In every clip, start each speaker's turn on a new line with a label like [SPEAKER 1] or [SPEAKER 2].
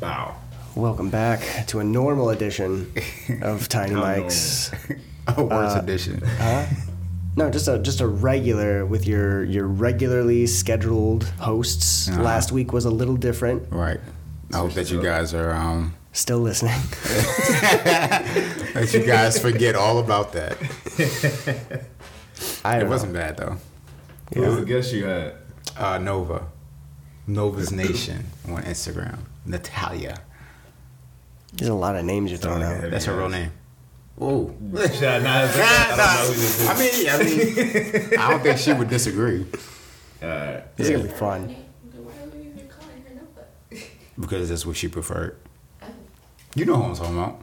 [SPEAKER 1] Bow.
[SPEAKER 2] Welcome back to a normal edition of Tiny
[SPEAKER 1] How
[SPEAKER 2] Mike's.
[SPEAKER 1] normal. a worse edition.
[SPEAKER 2] Huh? No, just a just a regular with your your regularly scheduled hosts.
[SPEAKER 1] Uh-huh.
[SPEAKER 2] Last week was a little different.
[SPEAKER 1] Right. I hope that you guys are um
[SPEAKER 2] Still listening.
[SPEAKER 1] that you guys forget all about that.
[SPEAKER 2] I
[SPEAKER 1] It
[SPEAKER 2] don't
[SPEAKER 1] wasn't bad though.
[SPEAKER 2] know.
[SPEAKER 3] Who was the guest you had?
[SPEAKER 1] Uh Nova. Nova's Nation on Instagram. Natalia.
[SPEAKER 2] There's a lot of names you're throwing out.
[SPEAKER 1] That's her real name. Ooh.
[SPEAKER 3] Should I not have I don't know who this is.
[SPEAKER 1] I mean, I mean, I don't think she would disagree
[SPEAKER 3] Alright.
[SPEAKER 2] This is gonna be fun.
[SPEAKER 4] Then Why are you even calling her Nova?
[SPEAKER 1] because that's what she preferred. Oh. You know who I'm talking about.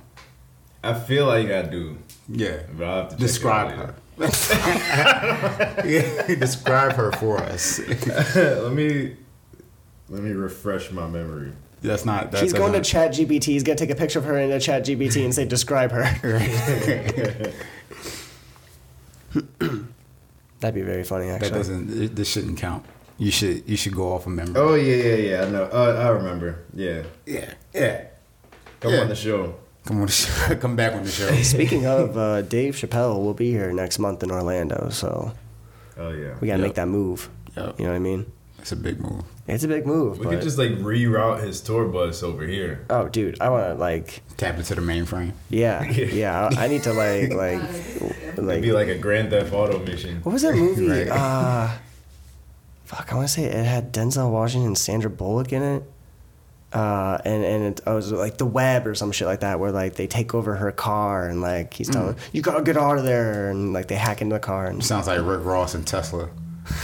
[SPEAKER 3] I feel like I do,
[SPEAKER 1] Yeah.
[SPEAKER 3] but I'll have to check it
[SPEAKER 1] Describe
[SPEAKER 3] out
[SPEAKER 1] her. Yeah, Describe her for us.
[SPEAKER 3] later. let me let me refresh my memory.
[SPEAKER 1] That's not. That's
[SPEAKER 2] She's going to Chat GBT. He's gonna take a picture of her in a Chat GBT and say, "Describe her." That'd be very funny,
[SPEAKER 1] That
[SPEAKER 2] actually.
[SPEAKER 1] doesn't. it- This shouldn't count. You should. You should go off a memory.
[SPEAKER 3] Oh yeah, yeah, yeah. I know. Uh, I remember. Yeah.
[SPEAKER 1] yeah, yeah.
[SPEAKER 3] Come
[SPEAKER 1] Yeah.
[SPEAKER 3] on the show.
[SPEAKER 1] Come on, the show. come back on the show.
[SPEAKER 2] Speaking of uh, Dave Chappelle, will be here next month in Orlando, so
[SPEAKER 3] Oh yeah.
[SPEAKER 2] we gotta
[SPEAKER 1] Yep.
[SPEAKER 2] make that move.
[SPEAKER 1] Yep.
[SPEAKER 2] You know what I mean?
[SPEAKER 1] It's a big move.
[SPEAKER 2] It's a big move.
[SPEAKER 3] We
[SPEAKER 2] but-
[SPEAKER 3] could just like reroute his tour bus over here.
[SPEAKER 2] Oh, dude, I want to like,
[SPEAKER 1] Tap into the mainframe.
[SPEAKER 2] yeah, yeah. I I need to like, like,
[SPEAKER 3] It'd be
[SPEAKER 2] like.
[SPEAKER 3] like a Grand Theft Auto mission.
[SPEAKER 2] What was that movie?
[SPEAKER 1] Right.
[SPEAKER 2] Uh, fuck, I want to say it had Denzel Washington and Sandra Bullock in it. Uh, and and it, I was like the web or some shit like that, where like they take over her car and like he's telling her, you gotta get out of there, and like they hack into the car and
[SPEAKER 1] Sounds like Rick Ross and Tesla.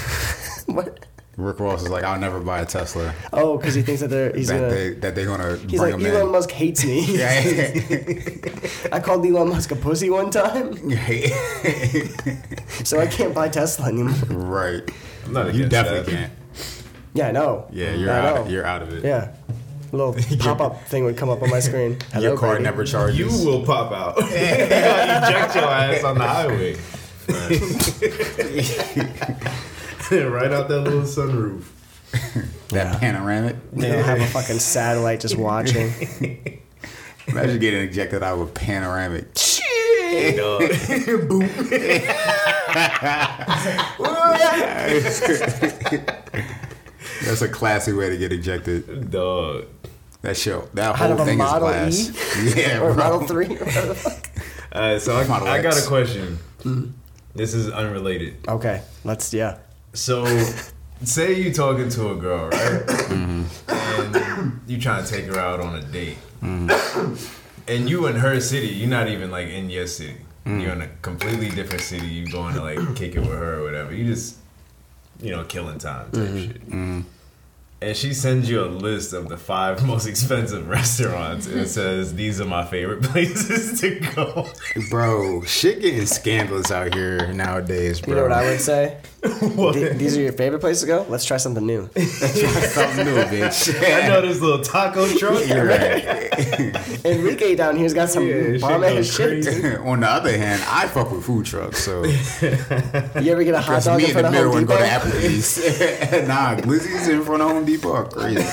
[SPEAKER 2] what?
[SPEAKER 1] Rick Ross is like, I'll never buy a Tesla.
[SPEAKER 2] Oh, because he thinks that they're he's
[SPEAKER 1] that
[SPEAKER 2] gonna.
[SPEAKER 1] they that they're gonna
[SPEAKER 2] He's like
[SPEAKER 1] bring him
[SPEAKER 2] Elon
[SPEAKER 1] in.
[SPEAKER 2] Musk hates me. I called Elon Musk a pussy one time,
[SPEAKER 1] Yeah.
[SPEAKER 2] so I can't buy Tesla anymore.
[SPEAKER 1] right.
[SPEAKER 3] I'm not
[SPEAKER 1] You
[SPEAKER 3] against
[SPEAKER 1] definitely
[SPEAKER 3] that.
[SPEAKER 1] can't.
[SPEAKER 2] Yeah, I know.
[SPEAKER 1] Yeah, you're
[SPEAKER 2] I
[SPEAKER 1] out.
[SPEAKER 2] know.
[SPEAKER 1] Of, you're out of it.
[SPEAKER 2] Yeah. A little pop up thing would come up on my screen. Hello,
[SPEAKER 1] Your car
[SPEAKER 2] baby.
[SPEAKER 1] never
[SPEAKER 3] You
[SPEAKER 1] charges.
[SPEAKER 3] will pop out. you eject your ass on the highway. right out that little sunroof.
[SPEAKER 1] that
[SPEAKER 2] Yeah.
[SPEAKER 1] panoramic.
[SPEAKER 2] They don't have a fucking satellite just watching.
[SPEAKER 1] Imagine getting ejected out of a panoramic. That's a classy way to get ejected.
[SPEAKER 3] Dog.
[SPEAKER 1] That show, that
[SPEAKER 2] Out
[SPEAKER 1] whole
[SPEAKER 2] of a
[SPEAKER 1] thing is
[SPEAKER 2] Model E?
[SPEAKER 1] class. yeah,
[SPEAKER 2] or
[SPEAKER 1] bro.
[SPEAKER 2] Model 3. or whatever the fuck.
[SPEAKER 3] All right, so I,
[SPEAKER 1] Model
[SPEAKER 3] I got
[SPEAKER 1] X.
[SPEAKER 3] a question. This is unrelated.
[SPEAKER 2] Okay, let's, yeah.
[SPEAKER 3] So, say you talking to a girl, right? And you trying to take her out on a date,
[SPEAKER 1] Mm-hmm.
[SPEAKER 3] and you in her city, you're not even like in your city.
[SPEAKER 1] Mm.
[SPEAKER 3] You're in a completely different city. You going to like kick it with her or whatever. You just, you know, killing time type shit.
[SPEAKER 1] Mm-hmm.
[SPEAKER 3] And she sends you a list of the five most expensive restaurants, and it says these are my favorite places to go.
[SPEAKER 1] Bro, shit getting scandalous out here nowadays, bro.
[SPEAKER 2] You know what I would say?
[SPEAKER 3] What?
[SPEAKER 2] Th- These are your favorite places to go? Let's try something new.
[SPEAKER 1] Something new, bitch.
[SPEAKER 3] I know this little taco truck.
[SPEAKER 1] You're right.
[SPEAKER 2] Enrique down here's got some
[SPEAKER 3] Yeah, shit
[SPEAKER 2] bomb
[SPEAKER 3] go
[SPEAKER 2] ass shit.
[SPEAKER 3] crazy.
[SPEAKER 1] On the other hand, I fuck with food trucks, so
[SPEAKER 2] You ever get a hot
[SPEAKER 1] that's
[SPEAKER 2] dog
[SPEAKER 1] me
[SPEAKER 2] in
[SPEAKER 1] in the
[SPEAKER 2] front of
[SPEAKER 1] middle
[SPEAKER 2] Home
[SPEAKER 1] and go to
[SPEAKER 2] Depot?
[SPEAKER 1] Applebee's. nah, Glizzy's in front of Home Depot are crazy.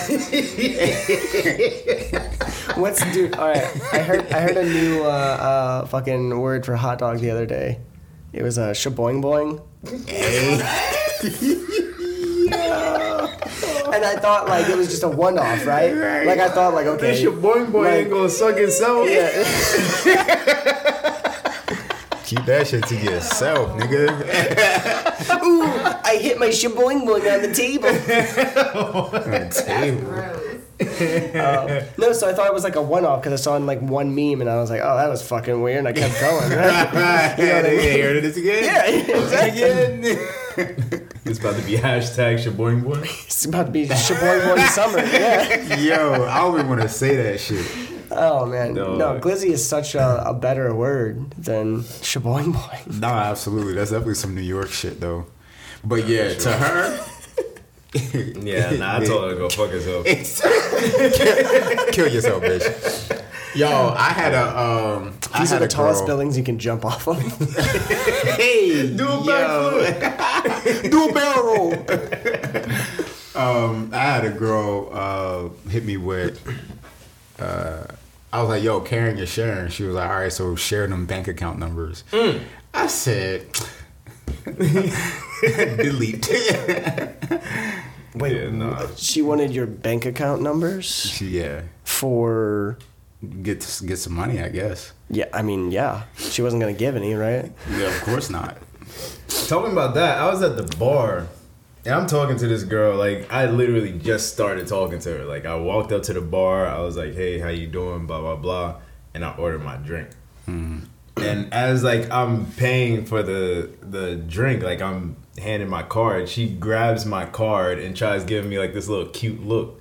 [SPEAKER 2] What's dude? All right, I heard I heard a new uh, uh, fucking word for hot dog the other day. It was a uh, shaboing boing. And I thought like it was just a one off, right?
[SPEAKER 1] Right.
[SPEAKER 2] Like I thought like okay.
[SPEAKER 3] This your boing boy
[SPEAKER 2] Like-
[SPEAKER 3] ain't gonna suck himself.
[SPEAKER 2] yeah.
[SPEAKER 1] Keep that shit to yourself, nigga.
[SPEAKER 2] Ooh, I hit my shaboing boing on the table.
[SPEAKER 4] Gross.
[SPEAKER 2] Oh. No, so I thought it was like a one off because I saw it in like one meme and I was like, oh, that was fucking weird. And I kept going. Right?
[SPEAKER 1] yeah, they heard this again.
[SPEAKER 2] yeah, exactly.
[SPEAKER 3] It's about to be hashtag Shaboing Boy.
[SPEAKER 2] It's about to be shaboing boing summer. Yeah.
[SPEAKER 1] Yo, I don't even want to say that shit.
[SPEAKER 2] Oh man, no,
[SPEAKER 3] No.
[SPEAKER 2] glizzy is such a, a better word than shaboing boing.
[SPEAKER 1] No, absolutely. That's definitely some New York shit, though. But yeah, to her,
[SPEAKER 3] Yeah, nah, I told her to go fuck herself.
[SPEAKER 1] it's kill yourself, bitch. Yo, I had a um. I
[SPEAKER 2] These are
[SPEAKER 1] had
[SPEAKER 2] the
[SPEAKER 1] a
[SPEAKER 2] tallest
[SPEAKER 1] girl.
[SPEAKER 2] buildings you can jump off of.
[SPEAKER 1] Hey,
[SPEAKER 3] Do a backflip.
[SPEAKER 1] do a barrel roll. um, I had a girl uh, hit me with uh, I was like, yo, Karen, you're sharing. She was like, all right, so share them bank account numbers. I said, delete.
[SPEAKER 2] Wait,
[SPEAKER 3] Yeah, nah.
[SPEAKER 2] she wanted your bank account numbers
[SPEAKER 1] yeah,
[SPEAKER 2] for.
[SPEAKER 1] get get some money, I guess.
[SPEAKER 2] Yeah, I mean, yeah. She wasn't gonna give any, right?
[SPEAKER 1] Yeah, of course not.
[SPEAKER 3] Talking about that, I was at the bar and I'm talking to this girl. Like I literally just started talking to her. Like I walked up to the bar. I was like, "Hey, how you doing?" Blah blah blah, and I ordered my drink.
[SPEAKER 1] Hmm.
[SPEAKER 3] And as like I'm paying for the the drink, like I'm handing my card, she grabs my card and tries giving me like this little cute look.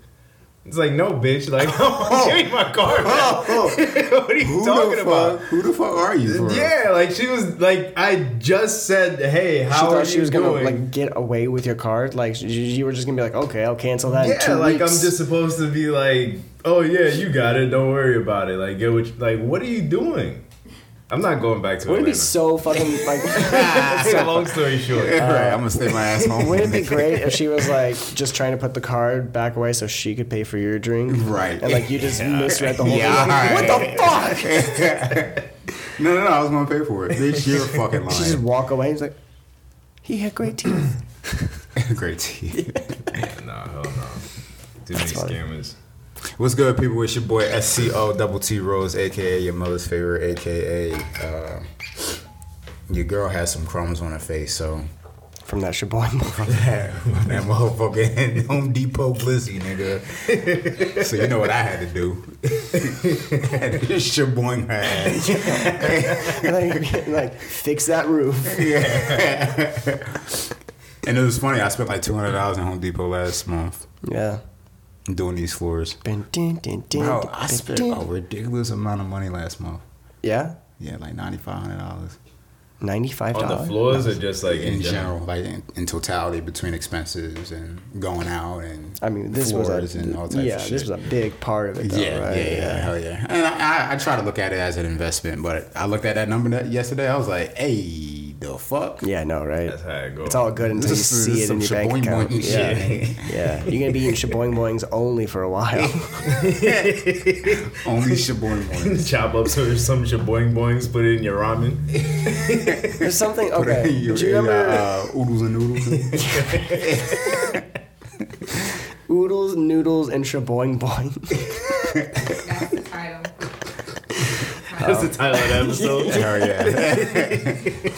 [SPEAKER 3] It's like no, bitch. Like give me my card. back. what are you
[SPEAKER 1] Oh. Who
[SPEAKER 3] talking
[SPEAKER 1] the
[SPEAKER 3] about?
[SPEAKER 1] fuck? Who the fuck are you? for real?
[SPEAKER 3] Yeah, like she was like I just said, hey, how
[SPEAKER 2] She
[SPEAKER 3] are
[SPEAKER 2] thought she
[SPEAKER 3] you
[SPEAKER 2] was
[SPEAKER 3] doing?
[SPEAKER 2] gonna like get away with your card. Like you, you were just gonna be like, okay, I'll cancel that. in
[SPEAKER 3] yeah,
[SPEAKER 2] two
[SPEAKER 3] like
[SPEAKER 2] weeks.
[SPEAKER 3] I'm just supposed to be like, oh yeah, you got it. Don't worry about it. Like get what you, like what are you doing? I'm not going back to
[SPEAKER 2] Wouldn't
[SPEAKER 3] Atlanta.
[SPEAKER 2] it be so fucking like?
[SPEAKER 3] so long story short.
[SPEAKER 1] right. I'm gonna stay my ass home.
[SPEAKER 2] Wouldn't it be great if she was like just trying to put the card back away so she could pay for your drink?
[SPEAKER 1] Right.
[SPEAKER 2] And like you just misread the whole
[SPEAKER 1] Yeah,
[SPEAKER 2] thing. Like,
[SPEAKER 1] alright.
[SPEAKER 2] What the fuck?
[SPEAKER 1] no, no, no. I was gonna pay for it. Bitch, you're fucking
[SPEAKER 2] She just
[SPEAKER 1] lying.
[SPEAKER 2] walk away. He's like, he had great teeth.
[SPEAKER 1] Great tea.
[SPEAKER 3] nah, hell no. Too many
[SPEAKER 2] funny.
[SPEAKER 3] scammers.
[SPEAKER 1] What's good, people? It's your boy SCO Double T Rose, aka your mother's favorite, aka uh, your girl has some crumbs on her face, so
[SPEAKER 2] From that Shaboy movie.
[SPEAKER 1] from that, from that motherfucking Home Depot glizzy, nigga. so you know what I had to do. Had to Shaboing her ass.
[SPEAKER 2] And then you're getting, like, fix that roof.
[SPEAKER 1] And it was funny. I spent like two hundred dollars in Home Depot last month
[SPEAKER 2] Yeah.
[SPEAKER 1] doing these floors.
[SPEAKER 2] Been ding, ding, ding,
[SPEAKER 1] Bro,
[SPEAKER 2] ding,
[SPEAKER 1] I
[SPEAKER 2] ding,
[SPEAKER 1] spent
[SPEAKER 2] ding.
[SPEAKER 1] a ridiculous amount of money last month.
[SPEAKER 2] Yeah?
[SPEAKER 1] Yeah, like ninety five hundred dollars
[SPEAKER 2] $95.
[SPEAKER 3] On the floors or just like in,
[SPEAKER 1] in
[SPEAKER 3] general?
[SPEAKER 1] general, like in, in totality between expenses and going out and
[SPEAKER 2] I mean, this was a,
[SPEAKER 1] floors and all types
[SPEAKER 2] yeah,
[SPEAKER 1] of shit.
[SPEAKER 2] this was a big part of it, though,
[SPEAKER 1] yeah,
[SPEAKER 2] right?
[SPEAKER 1] yeah, yeah, hell yeah. And I, I, I try to look at it as an investment, but I looked at that number that yesterday. I was like, hey, the fuck.
[SPEAKER 2] Yeah, I know, right?
[SPEAKER 3] That's how it goes.
[SPEAKER 2] It's all good until
[SPEAKER 1] This
[SPEAKER 2] you
[SPEAKER 1] is-
[SPEAKER 2] see
[SPEAKER 1] this
[SPEAKER 2] it in your
[SPEAKER 1] is some
[SPEAKER 2] bank
[SPEAKER 1] shaboing
[SPEAKER 2] account.
[SPEAKER 1] boing
[SPEAKER 2] yeah.
[SPEAKER 1] shit.
[SPEAKER 2] yeah, you're gonna be eating shaboing boings only for a while.
[SPEAKER 1] Only Shaboy morning.
[SPEAKER 3] Chop up some some shaboing boings, put it in your ramen.
[SPEAKER 2] There's something. Okay, do you remember
[SPEAKER 1] uh, oodles and noodles?
[SPEAKER 2] oodles, noodles, and shaboing boing?
[SPEAKER 4] That's the title.
[SPEAKER 3] That's the title of the episode.
[SPEAKER 1] hell yeah.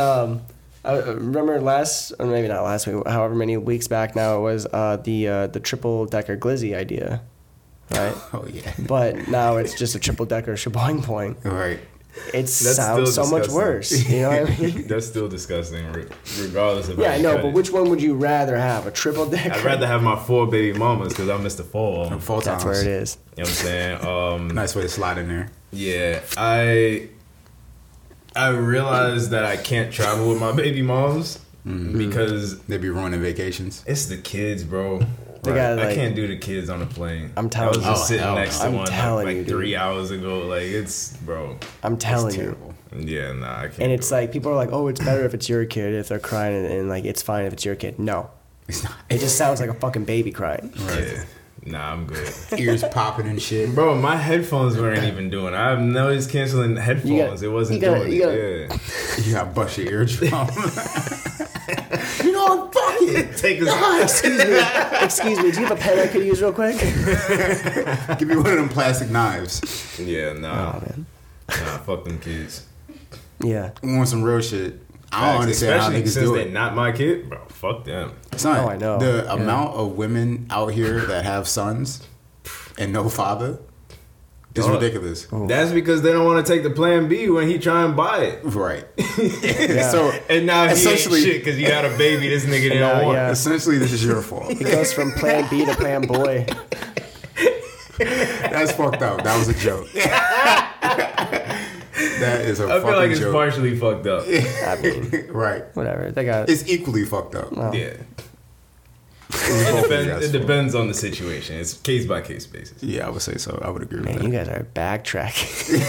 [SPEAKER 2] I I Uh, remember last, or maybe not last week, however many weeks back now it was uh, the uh, the triple decker glizzy idea, right?
[SPEAKER 1] Oh, yeah.
[SPEAKER 2] But now it's just a triple decker shaboing boing.
[SPEAKER 1] All right.
[SPEAKER 2] It
[SPEAKER 3] That's
[SPEAKER 2] sounds so
[SPEAKER 3] still
[SPEAKER 2] much
[SPEAKER 3] disgusting.
[SPEAKER 2] worse. You know what I mean?
[SPEAKER 3] That's still disgusting, re- regardless of. how
[SPEAKER 2] Yeah, I
[SPEAKER 3] you
[SPEAKER 2] know,
[SPEAKER 3] cut
[SPEAKER 2] but
[SPEAKER 3] it.
[SPEAKER 2] which one would you rather have? A triple decker?
[SPEAKER 3] I'd rather have my four baby mamas because I missed the four. of 'em.
[SPEAKER 1] Full
[SPEAKER 2] That's
[SPEAKER 1] times.
[SPEAKER 2] where it is.
[SPEAKER 3] You know what I'm saying? Um,
[SPEAKER 1] Nice way to slide in there.
[SPEAKER 3] yeah, I I realized that I can't travel with my baby moms
[SPEAKER 2] Mm-hmm.
[SPEAKER 3] because
[SPEAKER 1] They'd be ruining vacations.
[SPEAKER 3] it's the kids, bro.
[SPEAKER 2] They gotta,
[SPEAKER 3] I
[SPEAKER 2] like-
[SPEAKER 3] can't do the kids on the plane.
[SPEAKER 2] I'm telling
[SPEAKER 3] I was just
[SPEAKER 1] you.
[SPEAKER 3] sitting
[SPEAKER 1] Oh, hell
[SPEAKER 3] next
[SPEAKER 1] no.
[SPEAKER 3] to
[SPEAKER 2] I'm
[SPEAKER 3] one
[SPEAKER 2] telling
[SPEAKER 3] like
[SPEAKER 2] you, dude.
[SPEAKER 3] three hours ago. Like it's, bro.
[SPEAKER 2] I'm telling you.
[SPEAKER 1] Terrible.
[SPEAKER 3] Yeah, nah, I can't.
[SPEAKER 2] And it's
[SPEAKER 3] do it.
[SPEAKER 2] like people are like, oh, it's better if it's your kid if they're crying, and, and like it's fine if it's your kid. No,
[SPEAKER 1] It's not.
[SPEAKER 2] it just sounds like a fucking baby crying.
[SPEAKER 3] yeah. Nah, I'm good.
[SPEAKER 1] Ears popping and shit.
[SPEAKER 3] Bro, my headphones weren't even doing. I've noticed canceling headphones. it wasn't
[SPEAKER 2] you gotta-
[SPEAKER 3] doing.
[SPEAKER 2] you
[SPEAKER 3] it. Yeah.
[SPEAKER 1] You gotta bust your eardrum. you know, fuck it.
[SPEAKER 3] Take this.
[SPEAKER 2] Excuse me, excuse me. Do you have a pen I could use real quick?
[SPEAKER 1] Give me one of them plastic knives.
[SPEAKER 3] Yeah, nah,
[SPEAKER 2] Oh man,
[SPEAKER 3] nah, fuck them kids.
[SPEAKER 2] yeah.
[SPEAKER 1] We want some real shit. I don't understand how
[SPEAKER 3] Especially
[SPEAKER 1] niggas
[SPEAKER 3] since
[SPEAKER 1] do
[SPEAKER 3] they're
[SPEAKER 1] it.
[SPEAKER 3] not my kid, bro. Fuck them.
[SPEAKER 1] Son,
[SPEAKER 2] Oh, I know.
[SPEAKER 1] The
[SPEAKER 2] Yeah.
[SPEAKER 1] amount of women out here that have sons and no father is
[SPEAKER 3] Dog.
[SPEAKER 1] ridiculous.
[SPEAKER 2] Oh.
[SPEAKER 3] That's because they don't want to take the Plan B when he try and buy it.
[SPEAKER 1] Right.
[SPEAKER 2] Yeah.
[SPEAKER 1] So
[SPEAKER 3] And now he ain't
[SPEAKER 1] Essentially-
[SPEAKER 3] shit because you got a baby. This nigga didn't
[SPEAKER 2] Nah,
[SPEAKER 3] want.
[SPEAKER 2] yeah.
[SPEAKER 1] essentially, this is your fault.
[SPEAKER 2] It goes from Plan B to Plan Boy.
[SPEAKER 1] That's fucked up. That was a joke. that is a
[SPEAKER 3] I
[SPEAKER 1] fucking
[SPEAKER 3] feel like it's
[SPEAKER 1] joke.
[SPEAKER 3] partially fucked up. Yeah.
[SPEAKER 2] I mean,
[SPEAKER 1] right.
[SPEAKER 2] whatever. They got.
[SPEAKER 1] It's equally fucked up.
[SPEAKER 2] well,
[SPEAKER 1] It's
[SPEAKER 3] It
[SPEAKER 1] both of you
[SPEAKER 3] depends, it
[SPEAKER 1] guys' fault.
[SPEAKER 3] depends on the situation. It's case by case basis.
[SPEAKER 1] Yeah, I would say so. I would agree
[SPEAKER 2] Man,
[SPEAKER 1] with
[SPEAKER 2] you
[SPEAKER 1] that.
[SPEAKER 2] guys are backtracking.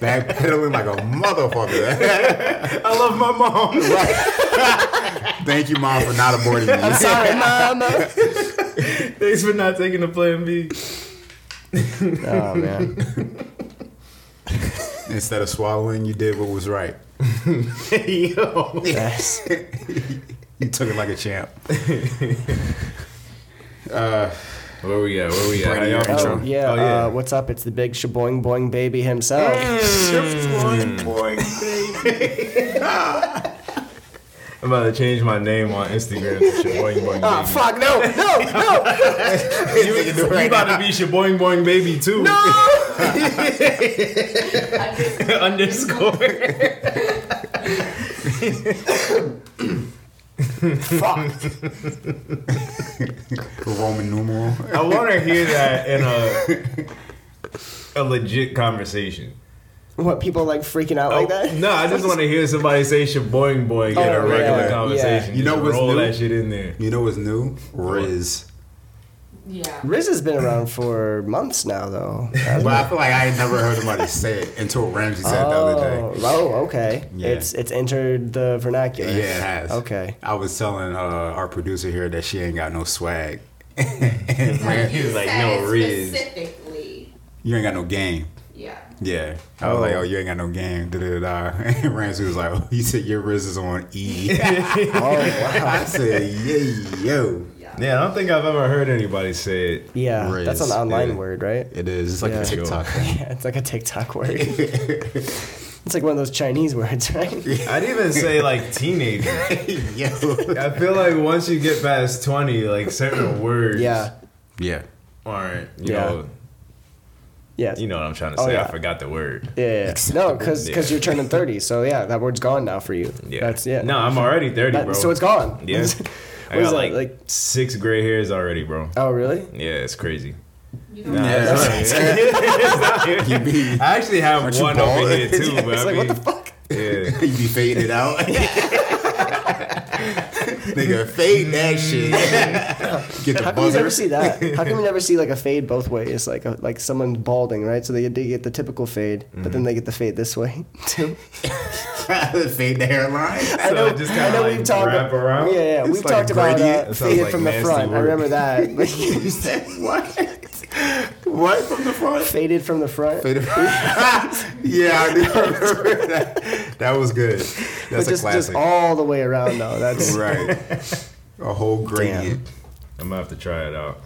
[SPEAKER 1] Backpedaling like a motherfucker.
[SPEAKER 3] I love my mom.
[SPEAKER 1] Thank you, mom, for not aborting me.
[SPEAKER 2] Sorry, mama.
[SPEAKER 3] Thanks for not taking the Plan B.
[SPEAKER 2] Oh man.
[SPEAKER 1] Instead of swallowing, you did what was right.
[SPEAKER 3] Yo.
[SPEAKER 2] That's,
[SPEAKER 1] You took it like a champ.
[SPEAKER 3] Where we at? Where we at?
[SPEAKER 1] Brady,
[SPEAKER 3] How y'all
[SPEAKER 1] oh,
[SPEAKER 2] oh
[SPEAKER 1] Intro.
[SPEAKER 2] yeah.
[SPEAKER 3] Oh, yeah.
[SPEAKER 2] Uh, what's up? It's the big shaboing boing baby himself.
[SPEAKER 3] I'm about to change my name on Instagram to Shaboing Boing
[SPEAKER 2] Ah,
[SPEAKER 3] Baby.
[SPEAKER 2] fuck no, no, no.
[SPEAKER 3] you about to be Shaboing Boing Baby too. Underscore.
[SPEAKER 2] fuck.
[SPEAKER 1] Roman numeral.
[SPEAKER 3] I want to hear that in a a legit conversation. Oh,
[SPEAKER 2] What people like freaking out
[SPEAKER 1] Oh,
[SPEAKER 2] like that?
[SPEAKER 3] No, I just want to hear somebody say shaboing boing in a
[SPEAKER 2] Oh,
[SPEAKER 3] regular
[SPEAKER 2] yeah,
[SPEAKER 3] conversation.
[SPEAKER 2] yeah.
[SPEAKER 1] You know
[SPEAKER 3] Just
[SPEAKER 1] what's
[SPEAKER 3] roll
[SPEAKER 1] new?
[SPEAKER 3] that shit in there.
[SPEAKER 1] You know what's new? Riz.
[SPEAKER 4] Yeah.
[SPEAKER 2] Riz has been around for months now, though.
[SPEAKER 1] But I feel like I ain't never heard anybody say it until Ramsey said it the other
[SPEAKER 2] Oh,
[SPEAKER 1] day.
[SPEAKER 2] oh, okay.
[SPEAKER 1] Yeah.
[SPEAKER 2] It's it's entered the vernacular.
[SPEAKER 1] Yeah, it has.
[SPEAKER 2] Okay.
[SPEAKER 1] I was telling uh, our producer here that she ain't got no swag. and Ram, he was like,
[SPEAKER 4] Said
[SPEAKER 1] no, Riz.
[SPEAKER 4] Specifically.
[SPEAKER 1] You ain't got no game.
[SPEAKER 4] Yeah.
[SPEAKER 1] Yeah. I was like, oh, you ain't got no game. Da, da, da. da. And Ramsey was like, oh, you said your Riz is on E.
[SPEAKER 2] Oh wow.
[SPEAKER 1] I said, yeah, yo.
[SPEAKER 4] Yeah.
[SPEAKER 3] Yeah, I don't think I've ever heard anybody say it.
[SPEAKER 2] Yeah,
[SPEAKER 1] Riz,
[SPEAKER 2] that's an online
[SPEAKER 1] yeah.
[SPEAKER 2] word, right?
[SPEAKER 1] It is. It's like
[SPEAKER 2] Yeah.
[SPEAKER 1] a TikTok thing.
[SPEAKER 2] Yeah, it's like a TikTok word. it's like one of those Chinese words, right?
[SPEAKER 3] I'd even say like teenager.
[SPEAKER 1] yo.
[SPEAKER 3] I feel like once you get past twenty, like certain words
[SPEAKER 2] Yeah.
[SPEAKER 1] Yeah.
[SPEAKER 3] aren't you
[SPEAKER 2] Yeah.
[SPEAKER 3] know
[SPEAKER 2] Yeah.
[SPEAKER 3] you know what I'm trying to
[SPEAKER 2] Oh,
[SPEAKER 3] say.
[SPEAKER 2] yeah.
[SPEAKER 3] I forgot the word.
[SPEAKER 2] Yeah. yeah. No, because
[SPEAKER 3] Yeah.
[SPEAKER 2] you're turning 30. So, yeah, that word's gone now for you.
[SPEAKER 3] Yeah,
[SPEAKER 2] That's, yeah.
[SPEAKER 3] No, I'm already thirty,
[SPEAKER 2] That-
[SPEAKER 3] bro.
[SPEAKER 2] so it's gone.
[SPEAKER 3] Yeah. I
[SPEAKER 2] What is
[SPEAKER 3] got
[SPEAKER 2] that,
[SPEAKER 3] like,
[SPEAKER 2] like-
[SPEAKER 3] six gray hairs already, bro.
[SPEAKER 2] oh, really?
[SPEAKER 3] Yeah, it's crazy.
[SPEAKER 4] You don't
[SPEAKER 1] Yeah. You be,
[SPEAKER 3] I actually have
[SPEAKER 1] Aren't you
[SPEAKER 3] one over
[SPEAKER 1] bald?
[SPEAKER 3] here too, but
[SPEAKER 2] It's
[SPEAKER 3] I
[SPEAKER 2] like, what the
[SPEAKER 3] mean,
[SPEAKER 2] fuck?
[SPEAKER 3] yeah.
[SPEAKER 1] you be faded out. Nigga, fade that shit. Get the
[SPEAKER 2] How come you never
[SPEAKER 1] buzzer.
[SPEAKER 2] see that? How come you never see like a fade both ways? Like a, like someone balding, right? So they, they get the typical fade, but
[SPEAKER 3] Mm-hmm.
[SPEAKER 2] then they get the fade this way too.
[SPEAKER 1] fade the hairline.
[SPEAKER 3] So it just kind of like wrap around.
[SPEAKER 2] Yeah, yeah,
[SPEAKER 1] It's
[SPEAKER 2] we've
[SPEAKER 1] like
[SPEAKER 2] talked about
[SPEAKER 1] gradient.
[SPEAKER 2] uh,
[SPEAKER 3] That sounds
[SPEAKER 2] faded
[SPEAKER 3] like
[SPEAKER 2] from the
[SPEAKER 3] nasty
[SPEAKER 2] front. I
[SPEAKER 3] work.
[SPEAKER 2] remember that. But
[SPEAKER 1] You said what? What from the front?
[SPEAKER 2] faded from the front.
[SPEAKER 1] Fade yeah, I do remember that. That was
[SPEAKER 2] but
[SPEAKER 1] good. That's
[SPEAKER 2] just,
[SPEAKER 1] a
[SPEAKER 2] just
[SPEAKER 1] classic.
[SPEAKER 2] all the way around though. That's
[SPEAKER 1] right. A whole gradient.
[SPEAKER 3] I'm gonna have to try it out.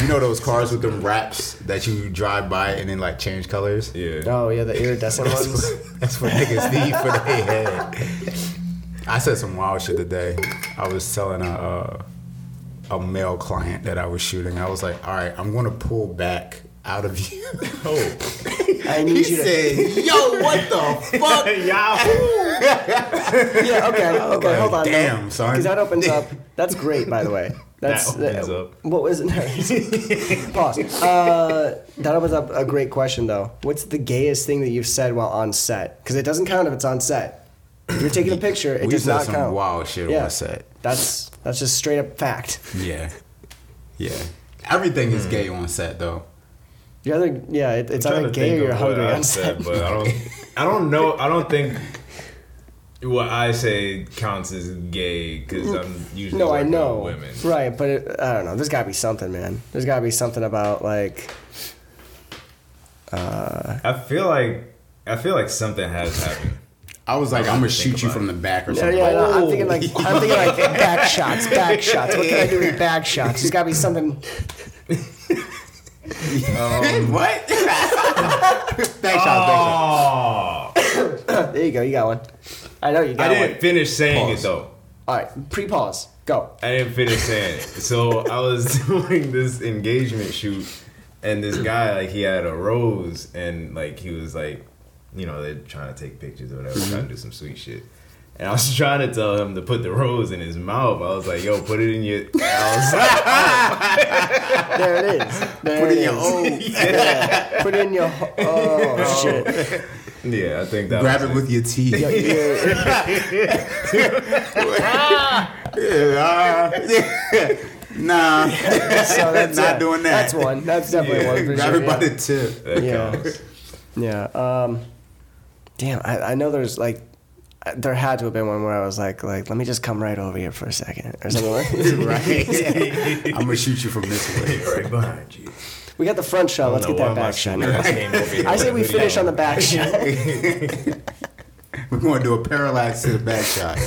[SPEAKER 1] You know those cars with them wraps that you drive by and then like change colors?
[SPEAKER 3] Yeah.
[SPEAKER 2] oh yeah, the iridescent ones.
[SPEAKER 1] That's what niggas need for their head. I said some wild shit today. I was telling a uh, a male client that I was shooting. I was like, "All right, I'm going to pull back out of you."
[SPEAKER 3] Oh.
[SPEAKER 2] I
[SPEAKER 1] He
[SPEAKER 2] need you to.
[SPEAKER 1] said, "Yo, what the fuck?"
[SPEAKER 2] Yeah, okay, okay, hold on.
[SPEAKER 1] Damn, son.
[SPEAKER 2] Because that opens up. That's great, by the way. That's uh,
[SPEAKER 3] opens up.
[SPEAKER 2] What was it? Pause. Uh, that opens up a great question, though. What's the gayest thing that you've said while on set? Because it doesn't count if it's on set. If you're taking a picture, it
[SPEAKER 1] we
[SPEAKER 2] does
[SPEAKER 1] said
[SPEAKER 2] not
[SPEAKER 1] some
[SPEAKER 2] count.
[SPEAKER 1] wild shit
[SPEAKER 2] Yeah.
[SPEAKER 1] on set.
[SPEAKER 2] That's that's just straight up fact.
[SPEAKER 1] Yeah, yeah. Everything is gay on set, though.
[SPEAKER 2] You're either yeah, it, it's
[SPEAKER 3] I'm
[SPEAKER 2] either
[SPEAKER 3] trying to
[SPEAKER 2] gay
[SPEAKER 3] think
[SPEAKER 2] or
[SPEAKER 3] of
[SPEAKER 2] you're
[SPEAKER 3] what
[SPEAKER 2] hungry
[SPEAKER 3] I
[SPEAKER 2] on set.
[SPEAKER 3] said, but I don't. I don't know. I don't think what I say counts as gay because I'm usually
[SPEAKER 2] No, I
[SPEAKER 3] working with
[SPEAKER 2] know.
[SPEAKER 3] women.
[SPEAKER 2] Right, but it, I don't know. There's got to be something, man. There's got to be something about like
[SPEAKER 3] I feel like I feel like something has happened.
[SPEAKER 1] I was like, "I'm gonna
[SPEAKER 3] think
[SPEAKER 1] shoot you
[SPEAKER 3] about
[SPEAKER 1] from the back or
[SPEAKER 2] Yeah,
[SPEAKER 1] something."
[SPEAKER 2] yeah,
[SPEAKER 1] like
[SPEAKER 2] no,
[SPEAKER 1] that.
[SPEAKER 2] I'm thinking like I'm thinking like back shots, back shots. What can I do with back shots? There's got to be something.
[SPEAKER 1] what? Thanks,
[SPEAKER 3] Oh,
[SPEAKER 1] y'all.
[SPEAKER 2] There you go. You got one. I know you
[SPEAKER 3] I
[SPEAKER 2] got
[SPEAKER 3] didn't
[SPEAKER 2] one.
[SPEAKER 3] finish saying
[SPEAKER 1] Pause.
[SPEAKER 3] it though.
[SPEAKER 2] All right, pre-pause. Go.
[SPEAKER 3] I didn't finish saying it. So I was doing this engagement shoot, and this guy like he had a rose, and like he was like, you know, they're trying to take pictures or
[SPEAKER 2] Mm-hmm.
[SPEAKER 3] whatever, trying to do some sweet shit. And I was trying to tell him to put the rose in his mouth. I was like, "Yo, put it in your." I was like,
[SPEAKER 2] There it is. There
[SPEAKER 1] Put
[SPEAKER 2] it
[SPEAKER 1] in your
[SPEAKER 2] is.
[SPEAKER 1] old.
[SPEAKER 2] Yeah. Put in your. ho- Oh shit.
[SPEAKER 3] "Yeah, I think that."
[SPEAKER 1] Grab
[SPEAKER 3] was
[SPEAKER 1] it with your teeth.
[SPEAKER 2] Yo, you're-
[SPEAKER 1] Yeah, uh, nah,
[SPEAKER 2] so that's
[SPEAKER 1] Not
[SPEAKER 2] it.
[SPEAKER 1] doing that.
[SPEAKER 2] That's one. That's definitely one for
[SPEAKER 1] grab
[SPEAKER 2] sure.
[SPEAKER 1] it by
[SPEAKER 2] yeah.
[SPEAKER 1] the tip.
[SPEAKER 3] That
[SPEAKER 2] Yeah.
[SPEAKER 3] counts.
[SPEAKER 2] Yeah. Um, damn, I, I know there's like, I- there had to have been one where I was like, like, let me just come right over here for a second or something. Like
[SPEAKER 1] Right. I'm gonna shoot you from this way.
[SPEAKER 3] Right behind you.
[SPEAKER 2] We got the front shot. Oh, Let's
[SPEAKER 3] know
[SPEAKER 2] get
[SPEAKER 3] why
[SPEAKER 2] that
[SPEAKER 3] my
[SPEAKER 2] back
[SPEAKER 3] shit
[SPEAKER 2] shot.
[SPEAKER 3] last
[SPEAKER 2] I
[SPEAKER 3] name over here.
[SPEAKER 2] say we
[SPEAKER 3] Who do
[SPEAKER 2] finish
[SPEAKER 3] y'all-
[SPEAKER 2] on the back shot.
[SPEAKER 1] We're going to do a parallax to the back shot.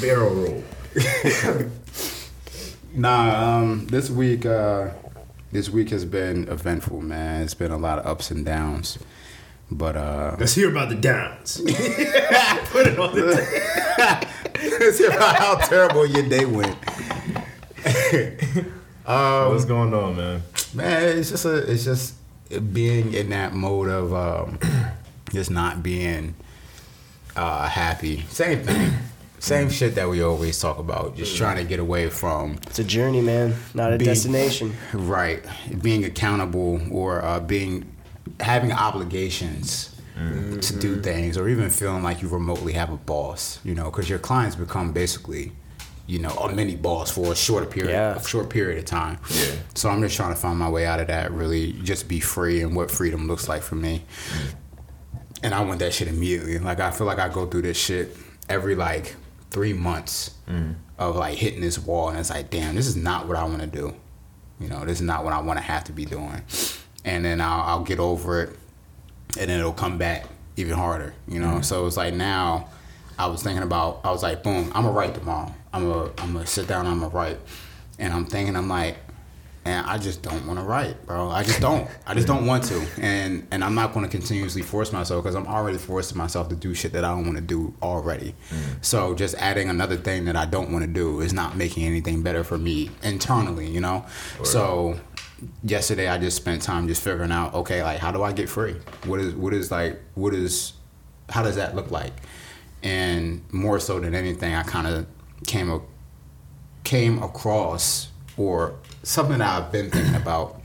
[SPEAKER 3] barrel roll.
[SPEAKER 1] Nah, um, this week, uh, this week has been eventful, man. It's been a lot of ups and downs, but uh,
[SPEAKER 3] Let's hear about the downs. Put it on the
[SPEAKER 1] let's hear about how terrible your day went.
[SPEAKER 3] Uh, What's going on, man?
[SPEAKER 1] Man, it's just a, it's just being in that mode of um, just not being uh, happy. Same thing, same shit that we always talk about. Just trying to get away from
[SPEAKER 2] It's a journey, man, not a
[SPEAKER 1] Being-
[SPEAKER 2] destination.
[SPEAKER 1] right being accountable or uh, being having obligations to do things or even feeling like you remotely have a boss you know because your clients become basically you know a mini boss for a short period
[SPEAKER 2] Yeah.
[SPEAKER 1] a short period of time
[SPEAKER 3] Yeah.
[SPEAKER 1] so i'm just trying to find my way out of that really just be free and what freedom looks like for me and I want that shit immediately. Like I feel like I go through this shit every like three months of like hitting this wall, and it's like, damn, this is not what I want to do. You know, this is not what I want to have to be doing. And then I'll, I'll get over it, and then it'll come back even harder. You know, so it's like now I was thinking about, I was like, boom, I'm gonna write tomorrow. I'm gonna I'm gonna sit down, I'm gonna write, and I'm thinking, I'm like and I just don't want to write, bro. I just don't. I just don't want to, and and I'm not going to continuously force myself because I'm already forcing myself to do shit that I don't want to do already. So just adding another thing that I don't want to do is not making anything better for me internally, you know. So yesterday I just spent time just figuring out, okay, like how do I get free? What is what is like what is how does that look like? And more so than anything, I kind of came up came across or something that I've been thinking about,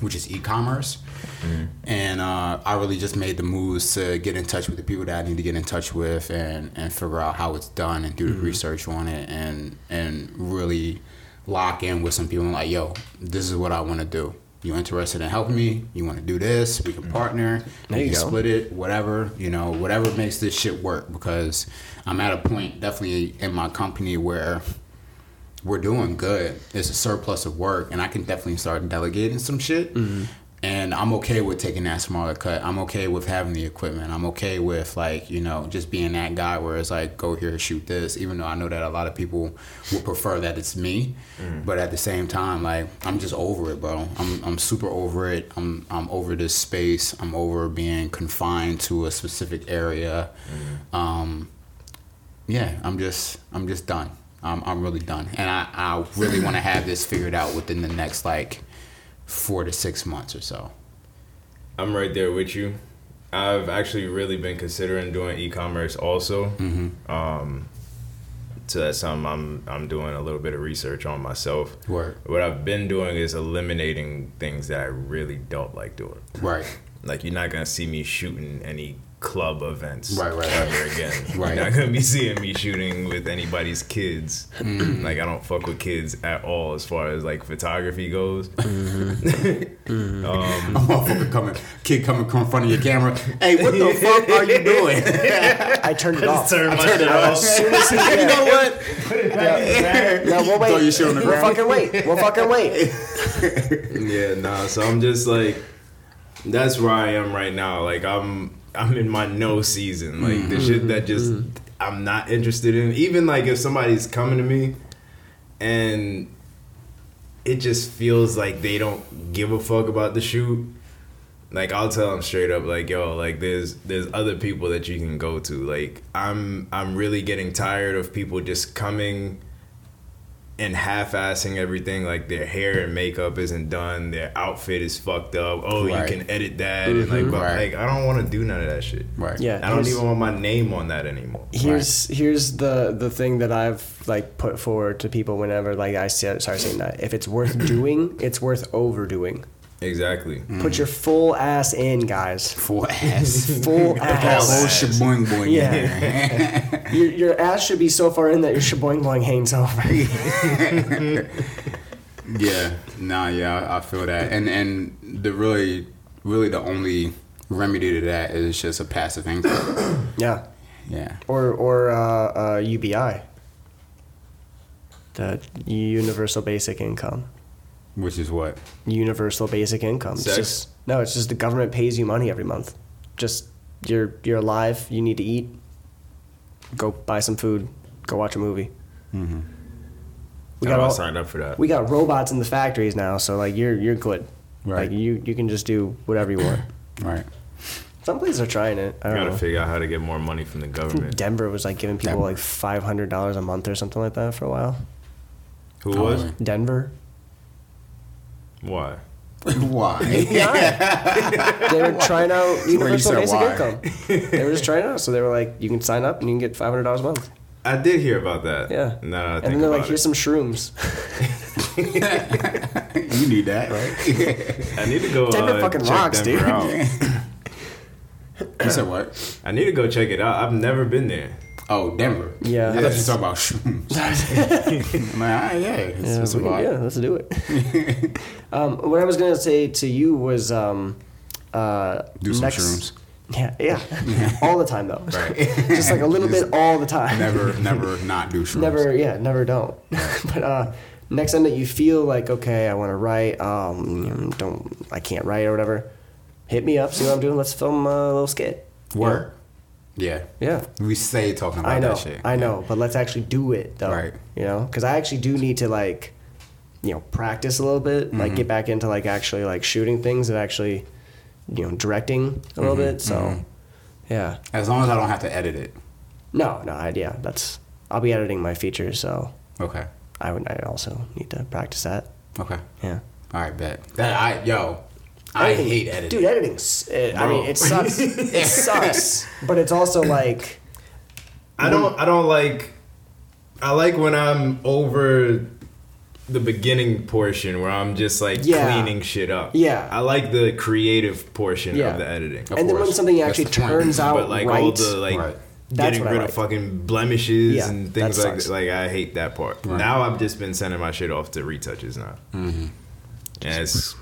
[SPEAKER 1] which is e-commerce.
[SPEAKER 2] Mm-hmm.
[SPEAKER 1] And uh, I really just made the moves to get in touch with the people that I need to get in touch with and, and figure out how it's done and do
[SPEAKER 2] Mm-hmm.
[SPEAKER 1] the research on it and and really lock in with some people and like, yo, this is what I want to do. You interested in helping me? You want to do this? We can partner.
[SPEAKER 2] Mm-hmm. There
[SPEAKER 1] we
[SPEAKER 2] you
[SPEAKER 1] can
[SPEAKER 2] go.
[SPEAKER 1] split it. Whatever you know, whatever makes this shit work. Because I'm at a point, definitely in my company, where we're doing good. It's a surplus of work, and I can definitely start delegating some shit. And I'm okay with taking that smaller cut. I'm okay with having the equipment. I'm okay with like you know just being that guy where it's like go here shoot this. Even though I know that a lot of people would prefer that it's me, but at the same time like I'm just over it, bro. I'm I'm super over it. I'm I'm over this space. I'm over being confined to a specific area. Um, yeah, I'm just I'm just done. I'm I'm really done, and I I really want to have this figured out within the next like four to six months or so.
[SPEAKER 3] I'm right there with you. I've actually really been considering doing e-commerce also. Um, so that's something I'm I'm doing a little bit of research on myself.
[SPEAKER 1] Word.
[SPEAKER 3] What I've been doing is eliminating things that I really don't like doing.
[SPEAKER 1] Right.
[SPEAKER 3] Like you're not gonna see me shooting any club events
[SPEAKER 1] Right, right, right.
[SPEAKER 3] ever again.
[SPEAKER 1] Right.
[SPEAKER 3] You're not gonna be seeing me shooting with anybody's kids. like I don't fuck with kids at all as far as like photography goes. um,
[SPEAKER 1] A motherfucker coming, kid coming come in front of your camera. Hey, what the fuck are you doing?
[SPEAKER 2] I turned it off.
[SPEAKER 3] turn my shit off.
[SPEAKER 2] Soon as he-
[SPEAKER 1] you know what?
[SPEAKER 2] No, we'll
[SPEAKER 1] Throw your
[SPEAKER 2] wait.
[SPEAKER 1] shit on the
[SPEAKER 2] We'll
[SPEAKER 1] ground.
[SPEAKER 2] fucking wait. We'll fucking wait.
[SPEAKER 3] Yeah, nah. So I'm just like, that's where I am right now. Like I'm, I'm in my no season. Like the shit that just I'm not interested in. Even like if somebody's coming to me, and it just feels like they don't give a fuck about the shoot. Like I'll tell them straight up, like yo, like there's there's other people that you can go to. Like I'm I'm really getting tired of people just coming and half-assing everything like their hair and makeup isn't done their outfit is fucked up oh
[SPEAKER 1] Right. Mm-hmm.
[SPEAKER 3] you can edit that and like but
[SPEAKER 1] Right.
[SPEAKER 3] like i don't want to do none of that shit
[SPEAKER 1] Right.
[SPEAKER 2] Yeah.
[SPEAKER 3] i don't
[SPEAKER 2] here's-
[SPEAKER 3] even want my name on that anymore
[SPEAKER 2] Here's here's the the thing that I've like put forward to people whenever like I say- start saying that if it's worth doing, it's worth overdoing.
[SPEAKER 3] exactly
[SPEAKER 1] Mm.
[SPEAKER 2] Put your full ass in, guys.
[SPEAKER 1] Full ass.
[SPEAKER 2] Full
[SPEAKER 1] Whole
[SPEAKER 2] ass.
[SPEAKER 1] shaboing boing.
[SPEAKER 2] Yeah. your, your ass should be so far in that your shaboing boing hangs over.
[SPEAKER 1] Yeah, nah, yeah, I- I feel that, and and the really, really the only remedy to that is just a passive income.
[SPEAKER 2] yeah.
[SPEAKER 1] Yeah,
[SPEAKER 2] Or or uh, uh, UBI. The universal basic income.
[SPEAKER 1] Which is what?
[SPEAKER 2] universal basic income. It's
[SPEAKER 3] Sex?
[SPEAKER 2] just no, it's just the government pays you money every month. Just you're you're alive, you need to eat. Go buy some food, go watch a movie. We got
[SPEAKER 3] I
[SPEAKER 2] all,
[SPEAKER 3] signed up for that.
[SPEAKER 2] we got robots in the factories now, so like you're you're good.
[SPEAKER 1] Right.
[SPEAKER 2] Like you you can just do whatever you want.
[SPEAKER 1] Right.
[SPEAKER 2] Some places are trying it. I
[SPEAKER 3] We
[SPEAKER 2] don't
[SPEAKER 3] gotta
[SPEAKER 2] know.
[SPEAKER 3] figure out how to get more money from the government.
[SPEAKER 2] Denver was like giving people
[SPEAKER 1] Denver.
[SPEAKER 2] like five hundred dollars a month or something like that for a while.
[SPEAKER 3] Who was?
[SPEAKER 2] Oh. Denver,
[SPEAKER 3] Why?
[SPEAKER 1] Why?
[SPEAKER 2] they were trying out universal
[SPEAKER 1] said
[SPEAKER 2] basic
[SPEAKER 1] why.
[SPEAKER 2] income. They were just trying it out, so they were like, you can sign up and you can get five hundred dollars a month.
[SPEAKER 3] I did hear about that.
[SPEAKER 2] Yeah.
[SPEAKER 3] Now that I
[SPEAKER 2] and
[SPEAKER 3] think
[SPEAKER 2] then they're
[SPEAKER 3] about
[SPEAKER 2] like, here's some shrooms.
[SPEAKER 1] you knew that, right?
[SPEAKER 3] it. Oh. I need to go.
[SPEAKER 2] Denver
[SPEAKER 3] uh,
[SPEAKER 2] fucking
[SPEAKER 3] check
[SPEAKER 2] rocks,
[SPEAKER 3] Denver
[SPEAKER 2] dude.
[SPEAKER 3] out.
[SPEAKER 1] you said what?
[SPEAKER 3] I need to go check it out. I've never been there.
[SPEAKER 1] Oh, Denver.
[SPEAKER 2] Yeah.
[SPEAKER 1] I thought you were talking about shrooms. I'm like, all right, yeah. It's,
[SPEAKER 2] yeah,
[SPEAKER 1] it's a
[SPEAKER 2] we-
[SPEAKER 1] lot.
[SPEAKER 2] yeah, let's do it. um, what I was gonna say to you was um, uh,
[SPEAKER 1] Do some
[SPEAKER 2] next-
[SPEAKER 1] shrooms.
[SPEAKER 2] Yeah, yeah, all the time though.
[SPEAKER 3] Right.
[SPEAKER 2] Just like a little bit all the time.
[SPEAKER 1] Never, never not do shrooms.
[SPEAKER 2] never, yeah, never don't. but uh, next time that you feel like, okay, I want to write, um, don't, I can't write or whatever, hit me up, see what I'm doing. Let's film a little skit.
[SPEAKER 1] Work. Yeah.
[SPEAKER 2] Yeah.
[SPEAKER 1] We stay talking about
[SPEAKER 2] I know,
[SPEAKER 1] that shit.
[SPEAKER 2] I know, but let's actually do it though.
[SPEAKER 1] Right.
[SPEAKER 2] You know, because I actually do need to like, you know, practice a little bit,
[SPEAKER 1] Mm-hmm.
[SPEAKER 2] like get back into like actually like shooting things and actually, you know, directing a little
[SPEAKER 1] Mm-hmm.
[SPEAKER 2] bit. So, yeah,
[SPEAKER 1] As long as I don't have to edit it.
[SPEAKER 2] no, no, I, yeah, that's I'll be editing my features, so
[SPEAKER 1] Okay.
[SPEAKER 2] I would I also need to practice that.
[SPEAKER 1] Okay.
[SPEAKER 2] Yeah.
[SPEAKER 1] All right, bet. That I yo, I
[SPEAKER 2] Editing-
[SPEAKER 1] hate editing.
[SPEAKER 2] Dude, editing. s- It, I
[SPEAKER 3] Bro.
[SPEAKER 2] mean, it sucks. it sucks, but it's also like.
[SPEAKER 3] I don't. I don't like. I like when I'm over the beginning portion where I'm just like
[SPEAKER 2] Yeah.
[SPEAKER 3] cleaning shit up.
[SPEAKER 2] Yeah.
[SPEAKER 3] I like the creative portion
[SPEAKER 2] Yeah.
[SPEAKER 3] of the editing.
[SPEAKER 1] Of
[SPEAKER 2] and then when
[SPEAKER 1] course.
[SPEAKER 2] something
[SPEAKER 1] That's
[SPEAKER 2] actually
[SPEAKER 1] the point.
[SPEAKER 2] turns out
[SPEAKER 3] But like
[SPEAKER 2] right,
[SPEAKER 3] all the like
[SPEAKER 1] Right.
[SPEAKER 2] That's
[SPEAKER 3] getting
[SPEAKER 2] what I
[SPEAKER 3] rid
[SPEAKER 2] like.
[SPEAKER 3] of fucking blemishes
[SPEAKER 2] Yeah,
[SPEAKER 3] and things
[SPEAKER 2] that
[SPEAKER 3] like
[SPEAKER 2] sucks.
[SPEAKER 3] that. Like I hate that part.
[SPEAKER 1] Right.
[SPEAKER 3] Now I've just been sending my shit off to retouches now. Mm-hmm. And it's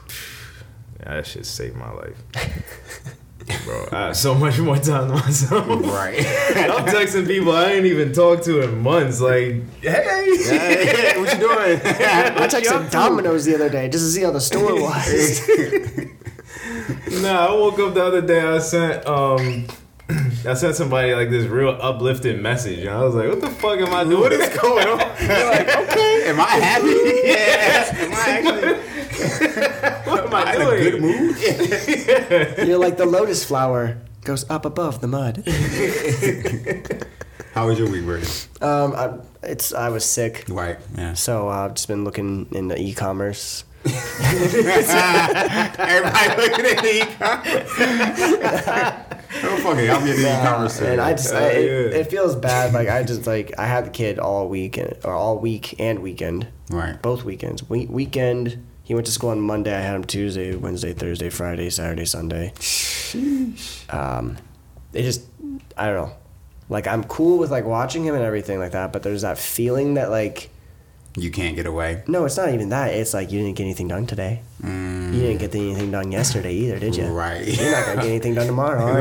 [SPEAKER 3] yeah, that shit saved my life. Bro, I have so much more time to myself.
[SPEAKER 1] Right.
[SPEAKER 3] I'm texting people I ain't even talked to in months. Like, hey,
[SPEAKER 1] Hey, what you doing?
[SPEAKER 2] I texted Domino's the other day just to see how the store was.
[SPEAKER 3] nah. I woke up the other day. I sent um, I sent somebody like this real uplifting message, and I was like, what the fuck am I doing? What is going on?
[SPEAKER 1] Am I happy? yeah. Am I actually
[SPEAKER 3] what am I
[SPEAKER 1] in a
[SPEAKER 3] doing?
[SPEAKER 1] good mood?
[SPEAKER 2] You're like the lotus flower goes up above the mud.
[SPEAKER 1] How was your week, Brady?
[SPEAKER 2] Um, I, it's I was sick,
[SPEAKER 1] Right. Yeah.
[SPEAKER 2] so uh, I've just been looking into e-commerce.
[SPEAKER 1] Everybody looking at the e-commerce. Don't fucking help me at the e-commerce.
[SPEAKER 2] and I just I,
[SPEAKER 3] Oh,
[SPEAKER 2] it,
[SPEAKER 3] yeah.
[SPEAKER 2] it feels bad. Like I just like I had the kid all week or all week and weekend.
[SPEAKER 1] Right.
[SPEAKER 2] Both weekends. We- weekend. He went to school on Monday. I had him Tuesday, Wednesday, Thursday, Friday, Saturday, Sunday. Um, it just I don't know. Like I'm cool with like watching him and everything like that, but there's that feeling that like
[SPEAKER 1] You can't get away.
[SPEAKER 2] no, it's not even that. It's like you didn't get anything done today. You didn't
[SPEAKER 3] Mm.
[SPEAKER 2] get anything done yesterday either, did you?
[SPEAKER 1] Mm, Right.
[SPEAKER 2] You're not gonna get anything done tomorrow, are you?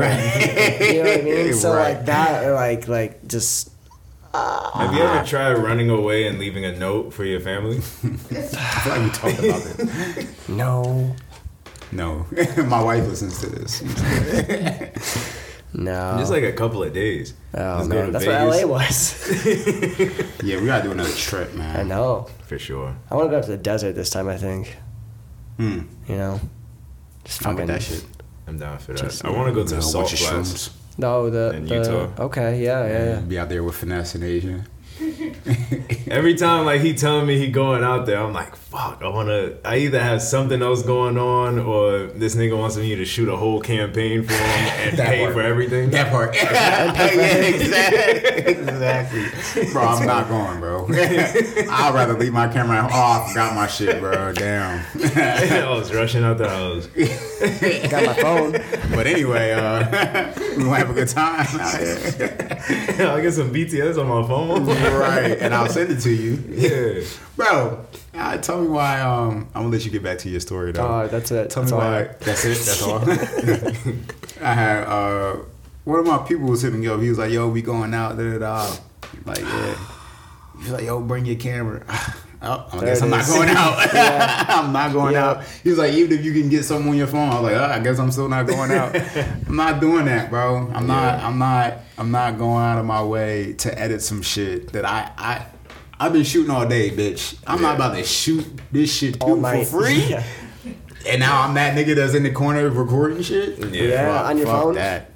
[SPEAKER 2] You know what I mean? So
[SPEAKER 1] Right.
[SPEAKER 2] like that, or like like just
[SPEAKER 3] Have you ever tried running away and leaving a note for your family?
[SPEAKER 1] I feel like we talked about this.
[SPEAKER 2] no,
[SPEAKER 1] No, my wife listens to this.
[SPEAKER 2] no.
[SPEAKER 3] Just like a couple of days.
[SPEAKER 2] oh
[SPEAKER 3] Just go
[SPEAKER 2] man,
[SPEAKER 3] to
[SPEAKER 2] that's
[SPEAKER 3] Vegas.
[SPEAKER 2] what LA was.
[SPEAKER 1] Yeah, we gotta do another trip, man.
[SPEAKER 2] I know.
[SPEAKER 3] For sure.
[SPEAKER 2] I want to go up to the desert this time. I think.
[SPEAKER 1] Hmm.
[SPEAKER 2] You know. Just
[SPEAKER 1] I'm with
[SPEAKER 2] fucking
[SPEAKER 1] that shit.
[SPEAKER 3] I'm down for that. I want to go to the
[SPEAKER 1] Yeah, a
[SPEAKER 3] salt
[SPEAKER 1] bunch of
[SPEAKER 3] flats.
[SPEAKER 1] shrooms.
[SPEAKER 2] No, the,
[SPEAKER 3] In
[SPEAKER 2] the-
[SPEAKER 3] Utah.
[SPEAKER 2] Okay, yeah, yeah, yeah.
[SPEAKER 1] Be out there with finesse and Asia.
[SPEAKER 3] Every time, like he telling me he going out there, I'm like, fuck. I wanna. I either have something else going on, or this nigga wants me to shoot a whole campaign for him and
[SPEAKER 1] That
[SPEAKER 3] pay
[SPEAKER 1] part.
[SPEAKER 3] for everything.
[SPEAKER 1] That part. yeah, exactly. exactly. Bro, I'm not going, bro. I'd rather leave my camera at home. Oh, I forgot my shit, bro. Damn.
[SPEAKER 3] I was rushing out the house.
[SPEAKER 2] Got my phone.
[SPEAKER 1] But anyway, uh, we gonna have a good time out here.
[SPEAKER 3] I get some BTS on my phone.
[SPEAKER 1] Right. And I'll send it to you.
[SPEAKER 3] yeah.
[SPEAKER 1] Bro, uh, tell me why. Um, I'm gonna let you get back to your story though.
[SPEAKER 2] Oh, that's it.
[SPEAKER 1] Tell
[SPEAKER 2] that's
[SPEAKER 1] me
[SPEAKER 2] all
[SPEAKER 1] why.
[SPEAKER 2] I-
[SPEAKER 1] That's it. That's all. I had uh, one of my people was hitting me up. He was like, "Yo, we going out." Da da da. Like, yeah. He was like, "Yo, bring your camera." I oh, I
[SPEAKER 2] There
[SPEAKER 1] guess
[SPEAKER 2] it
[SPEAKER 1] I'm not
[SPEAKER 2] is.
[SPEAKER 1] going out. I'm not going
[SPEAKER 2] Yeah.
[SPEAKER 1] out. He was like, even if you can get something on your phone, I was like, oh, I guess I'm still not going out. I'm not doing that, bro. I'm not. I'm not. I'm not going out of my way to edit some shit that I. I I've been shooting all day, bitch. I'm not about to shoot this shit
[SPEAKER 2] All
[SPEAKER 1] too for
[SPEAKER 2] night.
[SPEAKER 1] free.
[SPEAKER 2] Yeah.
[SPEAKER 1] And now I'm that nigga that's in the corner recording shit.
[SPEAKER 3] Yeah.
[SPEAKER 1] Fuck-
[SPEAKER 2] on your
[SPEAKER 1] fuck
[SPEAKER 2] phone?
[SPEAKER 1] That.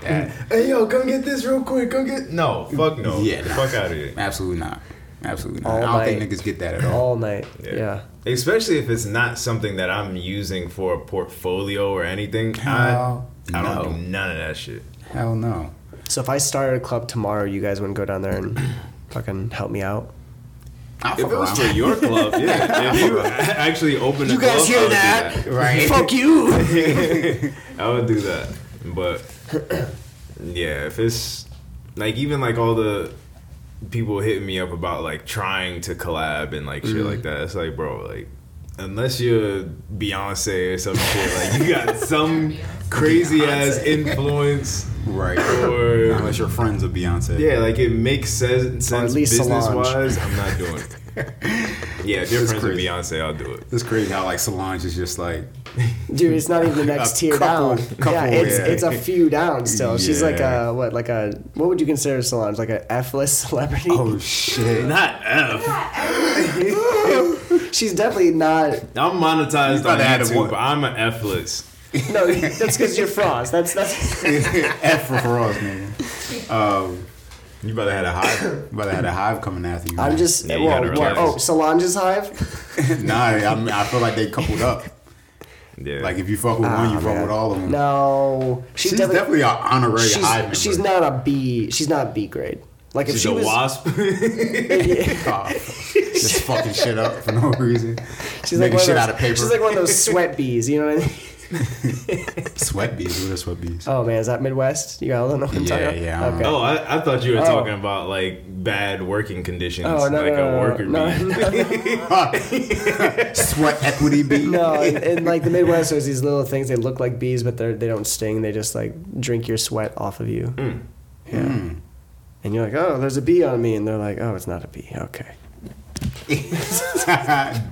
[SPEAKER 1] that.
[SPEAKER 3] Hey yo, come get this real quick. Come get no. Fuck no.
[SPEAKER 1] Yeah.
[SPEAKER 3] Oh, Fuck out of here.
[SPEAKER 1] Absolutely not. Absolutely not.
[SPEAKER 2] All
[SPEAKER 1] I don't
[SPEAKER 2] night.
[SPEAKER 1] think niggas get that at all.
[SPEAKER 2] all night. Yeah.
[SPEAKER 3] Especially if it's not something that I'm using for a portfolio or anything. I,
[SPEAKER 1] Hell
[SPEAKER 3] Uh, I don't
[SPEAKER 1] no.
[SPEAKER 3] do none of that shit.
[SPEAKER 1] Hell no.
[SPEAKER 2] So if I started a club tomorrow, you guys wouldn't go down there and fucking help me out.
[SPEAKER 1] I
[SPEAKER 3] If
[SPEAKER 1] fuck
[SPEAKER 3] it was
[SPEAKER 1] around.
[SPEAKER 3] for your club, yeah. if you actually open, a club, I would do
[SPEAKER 1] Right.
[SPEAKER 2] Fuck you.
[SPEAKER 3] I would do that, but yeah, if it's like even like all the people hitting me up about like trying to collab and like shit
[SPEAKER 1] Mm.
[SPEAKER 3] like that, it's like, bro, like unless you're Beyonce or some shit, like you got some crazy ass influence
[SPEAKER 1] Right.
[SPEAKER 3] or
[SPEAKER 1] Unless you're friends with Beyonce.
[SPEAKER 3] yeah, like it makes sense, sense
[SPEAKER 2] least
[SPEAKER 3] business
[SPEAKER 2] Solange.
[SPEAKER 3] wise. I'm not doing it. Yeah, if you're
[SPEAKER 1] That's
[SPEAKER 3] friends with
[SPEAKER 1] crazy.
[SPEAKER 3] Beyonce, I'll do it.
[SPEAKER 1] It's crazy how like Solange is just like
[SPEAKER 2] Dude, it's not even the next
[SPEAKER 1] A
[SPEAKER 2] tier
[SPEAKER 1] couple-
[SPEAKER 2] down.
[SPEAKER 1] couple,
[SPEAKER 2] yeah, it's
[SPEAKER 1] yeah.
[SPEAKER 2] it's a few down still. She's like
[SPEAKER 1] Yeah.
[SPEAKER 2] a what like a what would you consider Solange? Like a F list celebrity?
[SPEAKER 1] oh shit.
[SPEAKER 3] Not F.
[SPEAKER 2] She's definitely not
[SPEAKER 3] I'm monetized
[SPEAKER 1] You
[SPEAKER 3] on
[SPEAKER 1] gotta add a
[SPEAKER 3] YouTube,
[SPEAKER 1] one.
[SPEAKER 3] but I'm an F list.
[SPEAKER 2] No, that's because you're Frost. That's that's
[SPEAKER 1] F for Frost, nigga. Um, you better had a hive. You better had a hive coming after you.
[SPEAKER 2] I'm
[SPEAKER 1] man.
[SPEAKER 2] just
[SPEAKER 3] Yeah, you
[SPEAKER 2] well,
[SPEAKER 3] gotta
[SPEAKER 2] well,
[SPEAKER 3] relax.
[SPEAKER 2] oh Solange's hive?
[SPEAKER 1] nah. I'm, I feel like they coupled up.
[SPEAKER 3] Yeah.
[SPEAKER 1] Like if you fuck with one,
[SPEAKER 2] Ah,
[SPEAKER 1] you fuck
[SPEAKER 2] man.
[SPEAKER 1] with all of them.
[SPEAKER 2] No. She's,
[SPEAKER 1] she's, definitely, an honorary
[SPEAKER 2] she's,
[SPEAKER 1] hive member.
[SPEAKER 2] she's not a B she's not B grade. Like if
[SPEAKER 3] She's
[SPEAKER 2] she
[SPEAKER 3] a
[SPEAKER 2] was
[SPEAKER 3] wasp.
[SPEAKER 1] Oh, just fucking shit up for no reason.
[SPEAKER 2] she's like
[SPEAKER 1] making
[SPEAKER 2] one
[SPEAKER 1] shit
[SPEAKER 2] of those,
[SPEAKER 1] out of paper.
[SPEAKER 2] She's like one of those sweat bees, you know what I mean?
[SPEAKER 1] sweat bees. What are sweat bees?
[SPEAKER 2] Oh man, is that Midwest? You all don't know what I'm talking
[SPEAKER 1] Yeah,
[SPEAKER 2] about?
[SPEAKER 1] yeah, I don't
[SPEAKER 2] Okay.
[SPEAKER 1] know.
[SPEAKER 3] oh, I, I thought you were
[SPEAKER 2] Oh.
[SPEAKER 3] talking about like bad working conditions,
[SPEAKER 2] Oh, no,
[SPEAKER 3] like a
[SPEAKER 2] no, no,
[SPEAKER 3] worker
[SPEAKER 2] no,
[SPEAKER 3] bee.
[SPEAKER 1] sweat equity bee.
[SPEAKER 2] No, in, in like the Midwest, there's these little things. They look like bees, but they they don't sting. They just like drink your sweat off of you.
[SPEAKER 1] Hmm.
[SPEAKER 2] Yeah. And you're like, oh, there's a bee on me, and they're like, oh, it's not a bee. Okay.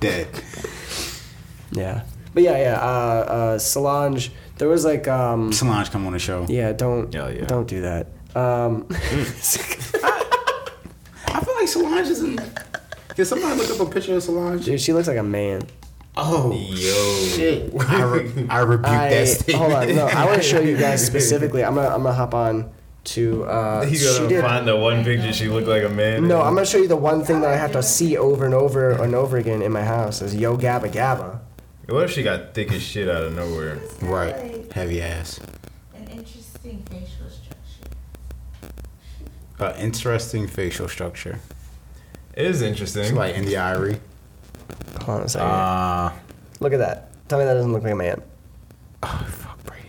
[SPEAKER 1] Dead.
[SPEAKER 2] Yeah. But yeah, yeah. Uh, uh, Solange, there was like, um,
[SPEAKER 1] Solange, come on the show.
[SPEAKER 2] yeah, don't,
[SPEAKER 3] Oh, yeah.
[SPEAKER 2] don't do that. Um,
[SPEAKER 1] I feel like Solange isn't. Can somebody look up a picture of Solange?
[SPEAKER 2] dude, she looks like a man.
[SPEAKER 1] Oh,
[SPEAKER 3] Yo.
[SPEAKER 1] shit. I, re- I rebuke
[SPEAKER 2] I,
[SPEAKER 1] that
[SPEAKER 2] hold
[SPEAKER 1] statement.
[SPEAKER 2] on, no, I want to show you guys specifically. I'm gonna, I'm gonna hop on to. Uh,
[SPEAKER 3] You
[SPEAKER 2] she
[SPEAKER 3] gotta
[SPEAKER 2] did-
[SPEAKER 3] find the one picture she looked like a man.
[SPEAKER 2] No,
[SPEAKER 3] in.
[SPEAKER 2] I'm gonna show you the one thing that I have to see over and over and over again in my house is Yo Gabba Gabba.
[SPEAKER 3] What if she got thick as shit out of nowhere?
[SPEAKER 1] Right. Heavy ass.
[SPEAKER 4] An interesting facial structure.
[SPEAKER 1] Uh, interesting facial structure.
[SPEAKER 3] It is interesting.
[SPEAKER 1] It's like in the ivory.
[SPEAKER 2] Hold on a second.
[SPEAKER 1] Uh,
[SPEAKER 2] Look at that. Tell me that doesn't look like a man.
[SPEAKER 1] oh, fuck, Brady.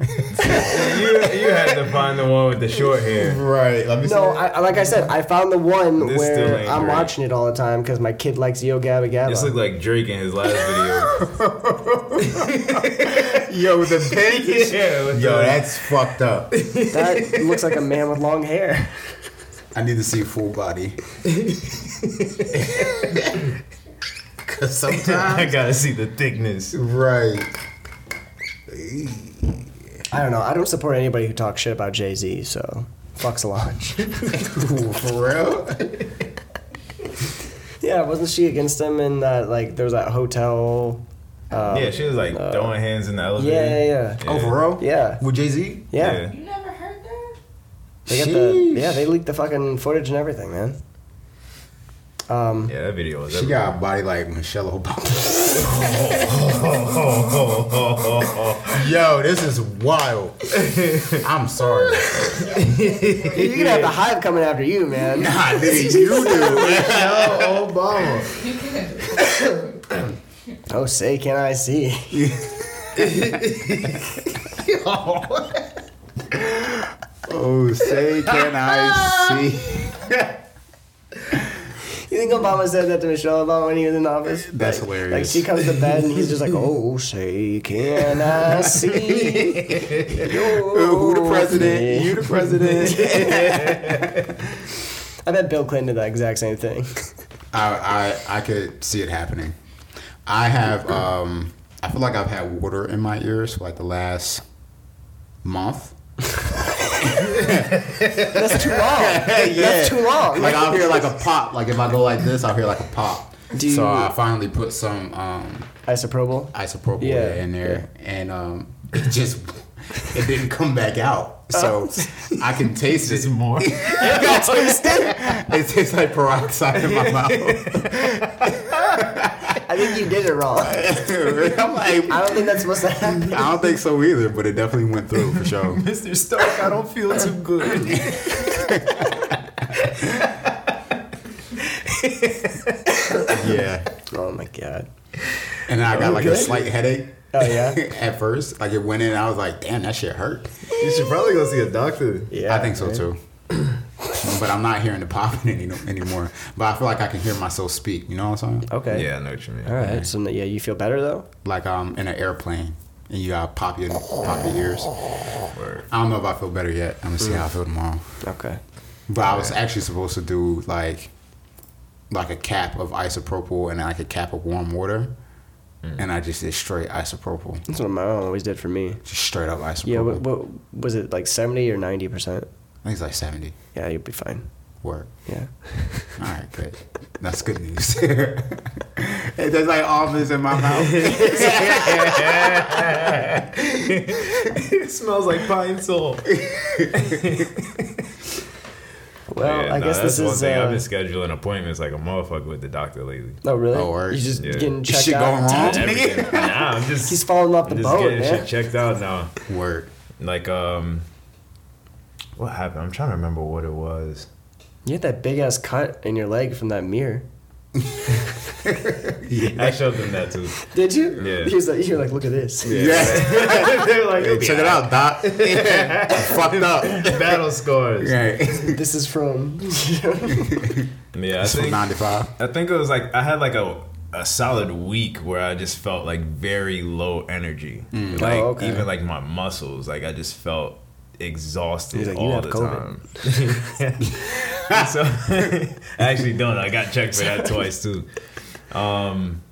[SPEAKER 3] you, you had to find the one with the short hair.
[SPEAKER 1] right. Let me see.
[SPEAKER 2] No, I, like I said, I found the one
[SPEAKER 3] This still
[SPEAKER 2] where
[SPEAKER 3] ain't
[SPEAKER 2] I'm
[SPEAKER 3] great.
[SPEAKER 2] watching it all the time because my kid likes Yo Gabba Gabba.
[SPEAKER 3] This looked like Drake in his last video.
[SPEAKER 1] Yo, the pinkish.
[SPEAKER 3] yeah, with
[SPEAKER 1] Yo,
[SPEAKER 3] the-
[SPEAKER 1] that's fucked up.
[SPEAKER 2] that looks like a man with long hair.
[SPEAKER 1] I need to see full body. Cause
[SPEAKER 3] I
[SPEAKER 1] sometimes,
[SPEAKER 3] gotta see the thickness.
[SPEAKER 1] right?
[SPEAKER 2] I don't know. I don't support anybody who talks shit about Jay Z, so fuck Solange.
[SPEAKER 1] Ooh, for real?
[SPEAKER 2] yeah, wasn't she against him in that, like, there was that hotel? Um,
[SPEAKER 3] Yeah, she was like throwing hands in the elevator.
[SPEAKER 2] yeah, yeah, yeah.
[SPEAKER 1] Oh, for real?
[SPEAKER 2] Yeah.
[SPEAKER 1] With Jay Z?
[SPEAKER 2] Yeah.
[SPEAKER 3] Yeah.
[SPEAKER 4] You never heard that?
[SPEAKER 2] They got the, yeah, they leaked the fucking footage and everything, man. Um,
[SPEAKER 3] Yeah, that video was.
[SPEAKER 1] She got a body like Michelle Obama. Yo, this is wild. I'm sorry.
[SPEAKER 2] You're gonna have the hive coming after you, man.
[SPEAKER 1] Nah, nigga, you do.
[SPEAKER 3] Michelle Obama.
[SPEAKER 2] Oh, say, can I see?
[SPEAKER 1] Oh, say can I see?
[SPEAKER 2] You think Obama said that to Michelle Obama when he was in office?
[SPEAKER 1] That's
[SPEAKER 2] Like-
[SPEAKER 1] hilarious.
[SPEAKER 2] Like she comes to bed and he's just like, "Oh, say can I see?"
[SPEAKER 1] Who the president? You the president?
[SPEAKER 2] I bet Bill Clinton did that exact same thing.
[SPEAKER 1] I, I I could see it happening. I have um I feel like I've had water in my ears for like the last month.
[SPEAKER 2] That's too long. That's too long.
[SPEAKER 1] Like I'll hear like a pop. Like if I go like this, I'll hear like a pop.
[SPEAKER 2] Do
[SPEAKER 1] so
[SPEAKER 2] you-
[SPEAKER 1] I finally put some um
[SPEAKER 2] Isopropyl.
[SPEAKER 1] isopropyl
[SPEAKER 2] Yeah.
[SPEAKER 1] in there, and um it just it didn't come back out.
[SPEAKER 2] Oh.
[SPEAKER 1] So I can taste it.
[SPEAKER 5] more.
[SPEAKER 1] It tastes like peroxide in my mouth.
[SPEAKER 2] I think you did it wrong.
[SPEAKER 1] I'm like,
[SPEAKER 2] I don't think that's supposed to happen.
[SPEAKER 1] I don't think so either, but it definitely went through for sure.
[SPEAKER 5] Mr. Stark, I don't feel too good.
[SPEAKER 1] Yeah.
[SPEAKER 2] Oh my god.
[SPEAKER 1] And then I got like a
[SPEAKER 3] Okay.
[SPEAKER 1] slight headache.
[SPEAKER 2] Oh, yeah?
[SPEAKER 1] at first, like it went in, I was like, "Damn, that shit hurt."
[SPEAKER 3] You should probably go see a doctor.
[SPEAKER 2] Yeah.
[SPEAKER 1] I think so
[SPEAKER 2] man.
[SPEAKER 1] too. but I'm not hearing the popping any, anymore. But I feel like I can hear myself speak. You know what I'm saying?
[SPEAKER 2] Okay.
[SPEAKER 3] Yeah, I know what you mean.
[SPEAKER 2] All right. So yeah, you feel better though.
[SPEAKER 1] Like I'm in an airplane, and you gotta pop your pop your ears.
[SPEAKER 3] Word.
[SPEAKER 1] I don't know if I feel better yet. I'm gonna see how I feel tomorrow.
[SPEAKER 2] Okay.
[SPEAKER 1] But I was actually supposed to do like like a cap of isopropyl and like a cap of warm water,
[SPEAKER 2] Hmm.
[SPEAKER 1] and I just did straight isopropyl,
[SPEAKER 2] That's what my mom always did for me.
[SPEAKER 1] just straight up isopropyl.
[SPEAKER 2] Yeah. What, what was it like seventy or ninety percent?
[SPEAKER 1] I think it's like seventy.
[SPEAKER 2] Yeah, you'll be fine.
[SPEAKER 1] Work.
[SPEAKER 2] Yeah.
[SPEAKER 1] All right, good. That's good news. Hey, There's like almonds in my mouth.
[SPEAKER 5] it smells like pine salt.
[SPEAKER 2] Well,
[SPEAKER 3] Yeah,
[SPEAKER 2] I
[SPEAKER 3] nah,
[SPEAKER 2] guess
[SPEAKER 3] that's
[SPEAKER 2] this
[SPEAKER 3] one
[SPEAKER 2] is.
[SPEAKER 3] thing. I've
[SPEAKER 2] Uh,
[SPEAKER 3] been scheduling appointments like a motherfucker with the doctor lately.
[SPEAKER 2] oh really?
[SPEAKER 1] Oh, word.
[SPEAKER 2] You just
[SPEAKER 3] Yeah.
[SPEAKER 2] getting
[SPEAKER 1] This
[SPEAKER 2] checked
[SPEAKER 1] shit
[SPEAKER 2] out.
[SPEAKER 1] going wrong?
[SPEAKER 2] Damn.
[SPEAKER 3] Everything. nah, I'm just
[SPEAKER 2] He's falling off the
[SPEAKER 3] I'm just
[SPEAKER 2] boat,
[SPEAKER 3] getting
[SPEAKER 2] man.
[SPEAKER 3] shit checked out now.
[SPEAKER 1] Word.
[SPEAKER 3] Like um, what happened? I'm trying to remember what it was.
[SPEAKER 2] You had that big ass cut in your leg from that mirror.
[SPEAKER 3] I showed them that too.
[SPEAKER 2] Did you?
[SPEAKER 3] Yeah.
[SPEAKER 2] He was like, you're like, look at this.
[SPEAKER 1] Yeah.
[SPEAKER 3] They're like,
[SPEAKER 1] Hey, check it out, Doc. Fucked up.
[SPEAKER 3] Battle scores. Yeah,
[SPEAKER 1] Right.
[SPEAKER 2] This is from.
[SPEAKER 3] I
[SPEAKER 1] It's from
[SPEAKER 3] think
[SPEAKER 1] 95.
[SPEAKER 3] I think it was like I had like a a solid week where I just felt like very low energy. Like
[SPEAKER 2] Oh, okay.
[SPEAKER 3] even like my muscles, like I just felt exhausted
[SPEAKER 2] He's like, "You
[SPEAKER 3] all
[SPEAKER 2] have
[SPEAKER 3] the
[SPEAKER 2] COVID."
[SPEAKER 3] time. so I actually don't. I got checked for that twice too. Um,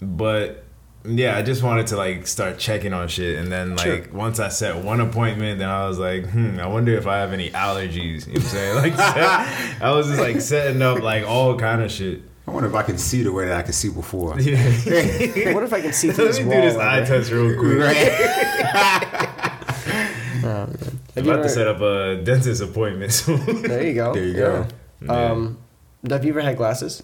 [SPEAKER 3] but yeah, I just wanted to like start checking on shit, and then like
[SPEAKER 2] Sure.
[SPEAKER 3] once I set one appointment, then I was like, hmm, I wonder if I have any allergies. You know what I'm saying? Like, I was just like setting up like all kind of shit.
[SPEAKER 1] I wonder if I can see the way that I could see before.
[SPEAKER 3] Yeah.
[SPEAKER 2] what if I can see through
[SPEAKER 3] Let
[SPEAKER 2] this
[SPEAKER 3] me do
[SPEAKER 2] wall?
[SPEAKER 3] this
[SPEAKER 2] over
[SPEAKER 3] eye
[SPEAKER 2] here?
[SPEAKER 3] test real quick.
[SPEAKER 1] Right.
[SPEAKER 2] Have
[SPEAKER 3] I'm
[SPEAKER 2] you
[SPEAKER 3] about to
[SPEAKER 2] ever-
[SPEAKER 3] set up a dentist appointment soon.
[SPEAKER 2] There you go.
[SPEAKER 1] There you go.
[SPEAKER 2] Yeah. Um, have you ever had glasses?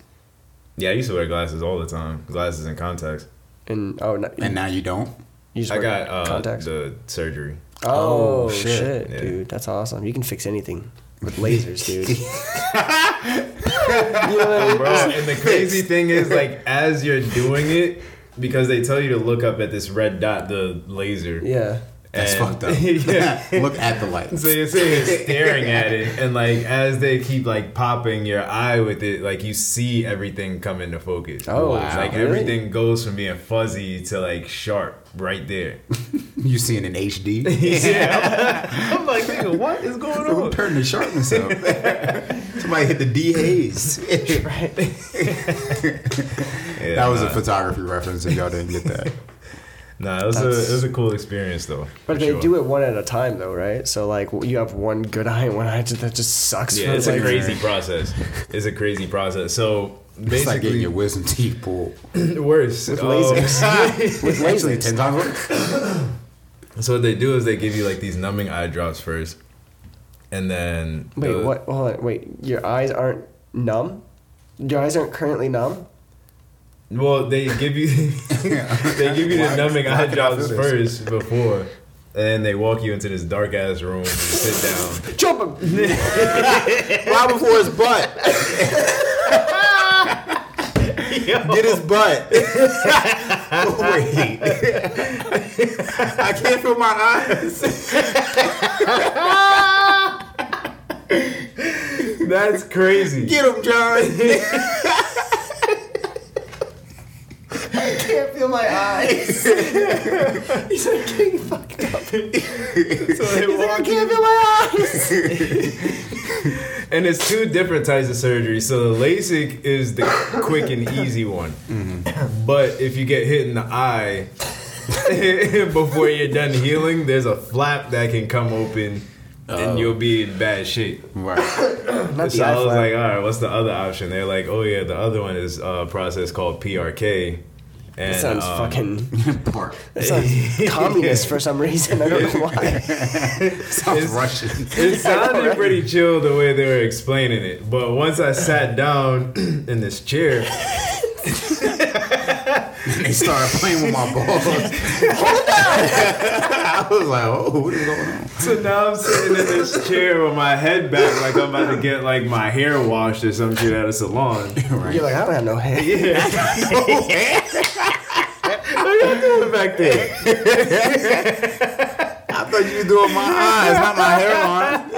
[SPEAKER 3] yeah, I used to wear glasses all the time. Glasses and contacts.
[SPEAKER 2] And oh, no,
[SPEAKER 1] And now you don't?
[SPEAKER 2] you just
[SPEAKER 3] I
[SPEAKER 2] wear
[SPEAKER 3] got uh,
[SPEAKER 2] contacts.
[SPEAKER 3] the surgery.
[SPEAKER 2] oh,
[SPEAKER 1] Oh,
[SPEAKER 2] shit,
[SPEAKER 1] shit.
[SPEAKER 3] Yeah.
[SPEAKER 2] dude, that's awesome. You can fix anything with lasers, dude. you know what I mean?
[SPEAKER 3] Bro, and the crazy thing is, like, as you're doing it, because they tell you to look up at this red dot, the laser.
[SPEAKER 2] Yeah.
[SPEAKER 1] That's
[SPEAKER 3] And-
[SPEAKER 1] fucked up.
[SPEAKER 3] yeah.
[SPEAKER 1] Look at the lights.
[SPEAKER 3] So you're sitting here staring at it, and like as they keep like popping your eye with it, like you see everything come into focus.
[SPEAKER 2] Oh,
[SPEAKER 1] Wow.
[SPEAKER 3] like
[SPEAKER 2] really?
[SPEAKER 3] everything goes from being fuzzy to like sharp right there.
[SPEAKER 1] You seeing in HD?
[SPEAKER 3] Yeah. I'm like, nigga, what is going
[SPEAKER 1] Who
[SPEAKER 3] on?
[SPEAKER 1] turned the sharpness up? Somebody hit the D haze.
[SPEAKER 3] Yeah,
[SPEAKER 1] that was
[SPEAKER 3] nah,
[SPEAKER 1] a photography reference if y'all didn't get that.
[SPEAKER 3] nah, it was a it
[SPEAKER 2] That's-
[SPEAKER 3] was a cool experience though.
[SPEAKER 2] But they do it one at a time, though, right? So like you have one good eye and one eye just, that just sucks.
[SPEAKER 3] Yeah,
[SPEAKER 2] for
[SPEAKER 3] it's
[SPEAKER 2] like,
[SPEAKER 3] a crazy process. It's a crazy process. So
[SPEAKER 1] It's like getting
[SPEAKER 3] basically,
[SPEAKER 1] your wisdom teeth pulled.
[SPEAKER 3] worse
[SPEAKER 2] with
[SPEAKER 3] um,
[SPEAKER 2] lasers. with
[SPEAKER 1] Actually,
[SPEAKER 2] lasers.
[SPEAKER 1] ten times worse.
[SPEAKER 3] so what they do is they give you like these numbing eye drops first, and then
[SPEAKER 2] Wait,
[SPEAKER 3] the-
[SPEAKER 2] what? Hold on. Wait, your eyes aren't numb. Your eyes aren't currently numb.
[SPEAKER 3] Well, they give you they give you the
[SPEAKER 1] Why-
[SPEAKER 3] numbing
[SPEAKER 1] why
[SPEAKER 3] eye
[SPEAKER 1] can I
[SPEAKER 3] drops
[SPEAKER 1] do this?
[SPEAKER 3] first before, and they walk you into this dark ass room and you sit down.
[SPEAKER 2] Jump him.
[SPEAKER 1] Right before his butt. Get his butt. Wait. I can't feel my eyes.
[SPEAKER 3] That's crazy.
[SPEAKER 1] Get him, John. I can't feel my eyes.
[SPEAKER 2] He's like getting fucked up.
[SPEAKER 3] So they walk
[SPEAKER 2] feel my eyes.
[SPEAKER 3] And it's two different types of surgery. So the LASIK is the quick and easy one.
[SPEAKER 2] Mm-hmm.
[SPEAKER 3] But if you get hit in the eye before you're done healing, there's a flap that can come open
[SPEAKER 2] Oh.
[SPEAKER 3] and you'll be in bad shape.
[SPEAKER 1] Right.
[SPEAKER 2] Not the
[SPEAKER 3] So I was
[SPEAKER 2] iFlap.
[SPEAKER 3] like, all right, what's the other option? They're like, oh yeah, the other one is uh, a process called PRK. And,
[SPEAKER 2] That sounds
[SPEAKER 3] um,
[SPEAKER 2] fucking
[SPEAKER 1] Pork.
[SPEAKER 2] that sounds communist for some reason. I don't know why.
[SPEAKER 1] Sounds Russian.
[SPEAKER 3] It sounded pretty chill the way they were explaining it, but once I sat down in this chair,
[SPEAKER 1] They started playing with my balls. I was like, oh, what is going on?
[SPEAKER 3] so now I'm sitting in this chair with my head back, like I'm about to get like my hair washed or some shit at a salon.
[SPEAKER 2] You're like, I don't have no hair.
[SPEAKER 3] back there.
[SPEAKER 1] I thought you were doing my eyes, not my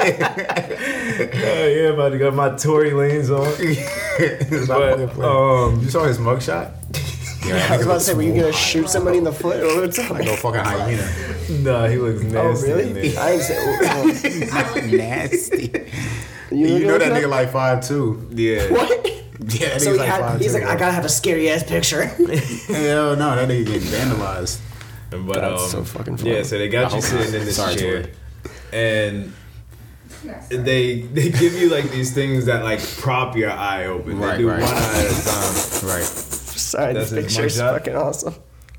[SPEAKER 1] hairline.
[SPEAKER 3] Oh yeah, about to got my Tory Lanes on.
[SPEAKER 1] It's not fucking
[SPEAKER 3] But
[SPEAKER 1] playing.
[SPEAKER 3] um,
[SPEAKER 1] you saw his mugshot? Yeah,
[SPEAKER 2] I was about to say, were you gonna shoot somebody in the foot
[SPEAKER 3] Oh,
[SPEAKER 2] or what's up?
[SPEAKER 1] Like no fucking hyena.
[SPEAKER 3] nah, he looks
[SPEAKER 2] Oh
[SPEAKER 3] nasty. in
[SPEAKER 2] really?
[SPEAKER 3] there.
[SPEAKER 2] I didn't say. oh, oh.
[SPEAKER 1] Nasty.
[SPEAKER 2] You,
[SPEAKER 1] You
[SPEAKER 2] looking
[SPEAKER 1] know
[SPEAKER 2] at
[SPEAKER 1] that
[SPEAKER 2] that?
[SPEAKER 1] nigga like five two.
[SPEAKER 3] Yeah.
[SPEAKER 2] What?
[SPEAKER 1] Yeah, that
[SPEAKER 2] So
[SPEAKER 1] nigga's
[SPEAKER 2] he had, he's
[SPEAKER 1] 5'2",
[SPEAKER 2] like, I
[SPEAKER 1] bro.
[SPEAKER 2] gotta have a scary ass picture.
[SPEAKER 1] Hell no, that nigga getting vandalized.
[SPEAKER 3] But
[SPEAKER 2] That's
[SPEAKER 3] um,
[SPEAKER 2] so fucking
[SPEAKER 3] Yeah,
[SPEAKER 2] funny.
[SPEAKER 3] so they got you sitting in this
[SPEAKER 1] Sorry,
[SPEAKER 3] chair,
[SPEAKER 1] Tori.
[SPEAKER 3] and
[SPEAKER 4] Not sorry.
[SPEAKER 3] they they give you like these things that like prop your eye open.
[SPEAKER 1] Right,
[SPEAKER 3] they do
[SPEAKER 1] right.
[SPEAKER 3] one eye at a time.
[SPEAKER 1] Right.
[SPEAKER 2] Sorry, this
[SPEAKER 3] That's his
[SPEAKER 2] picture's
[SPEAKER 3] mugshot?
[SPEAKER 2] fucking awesome.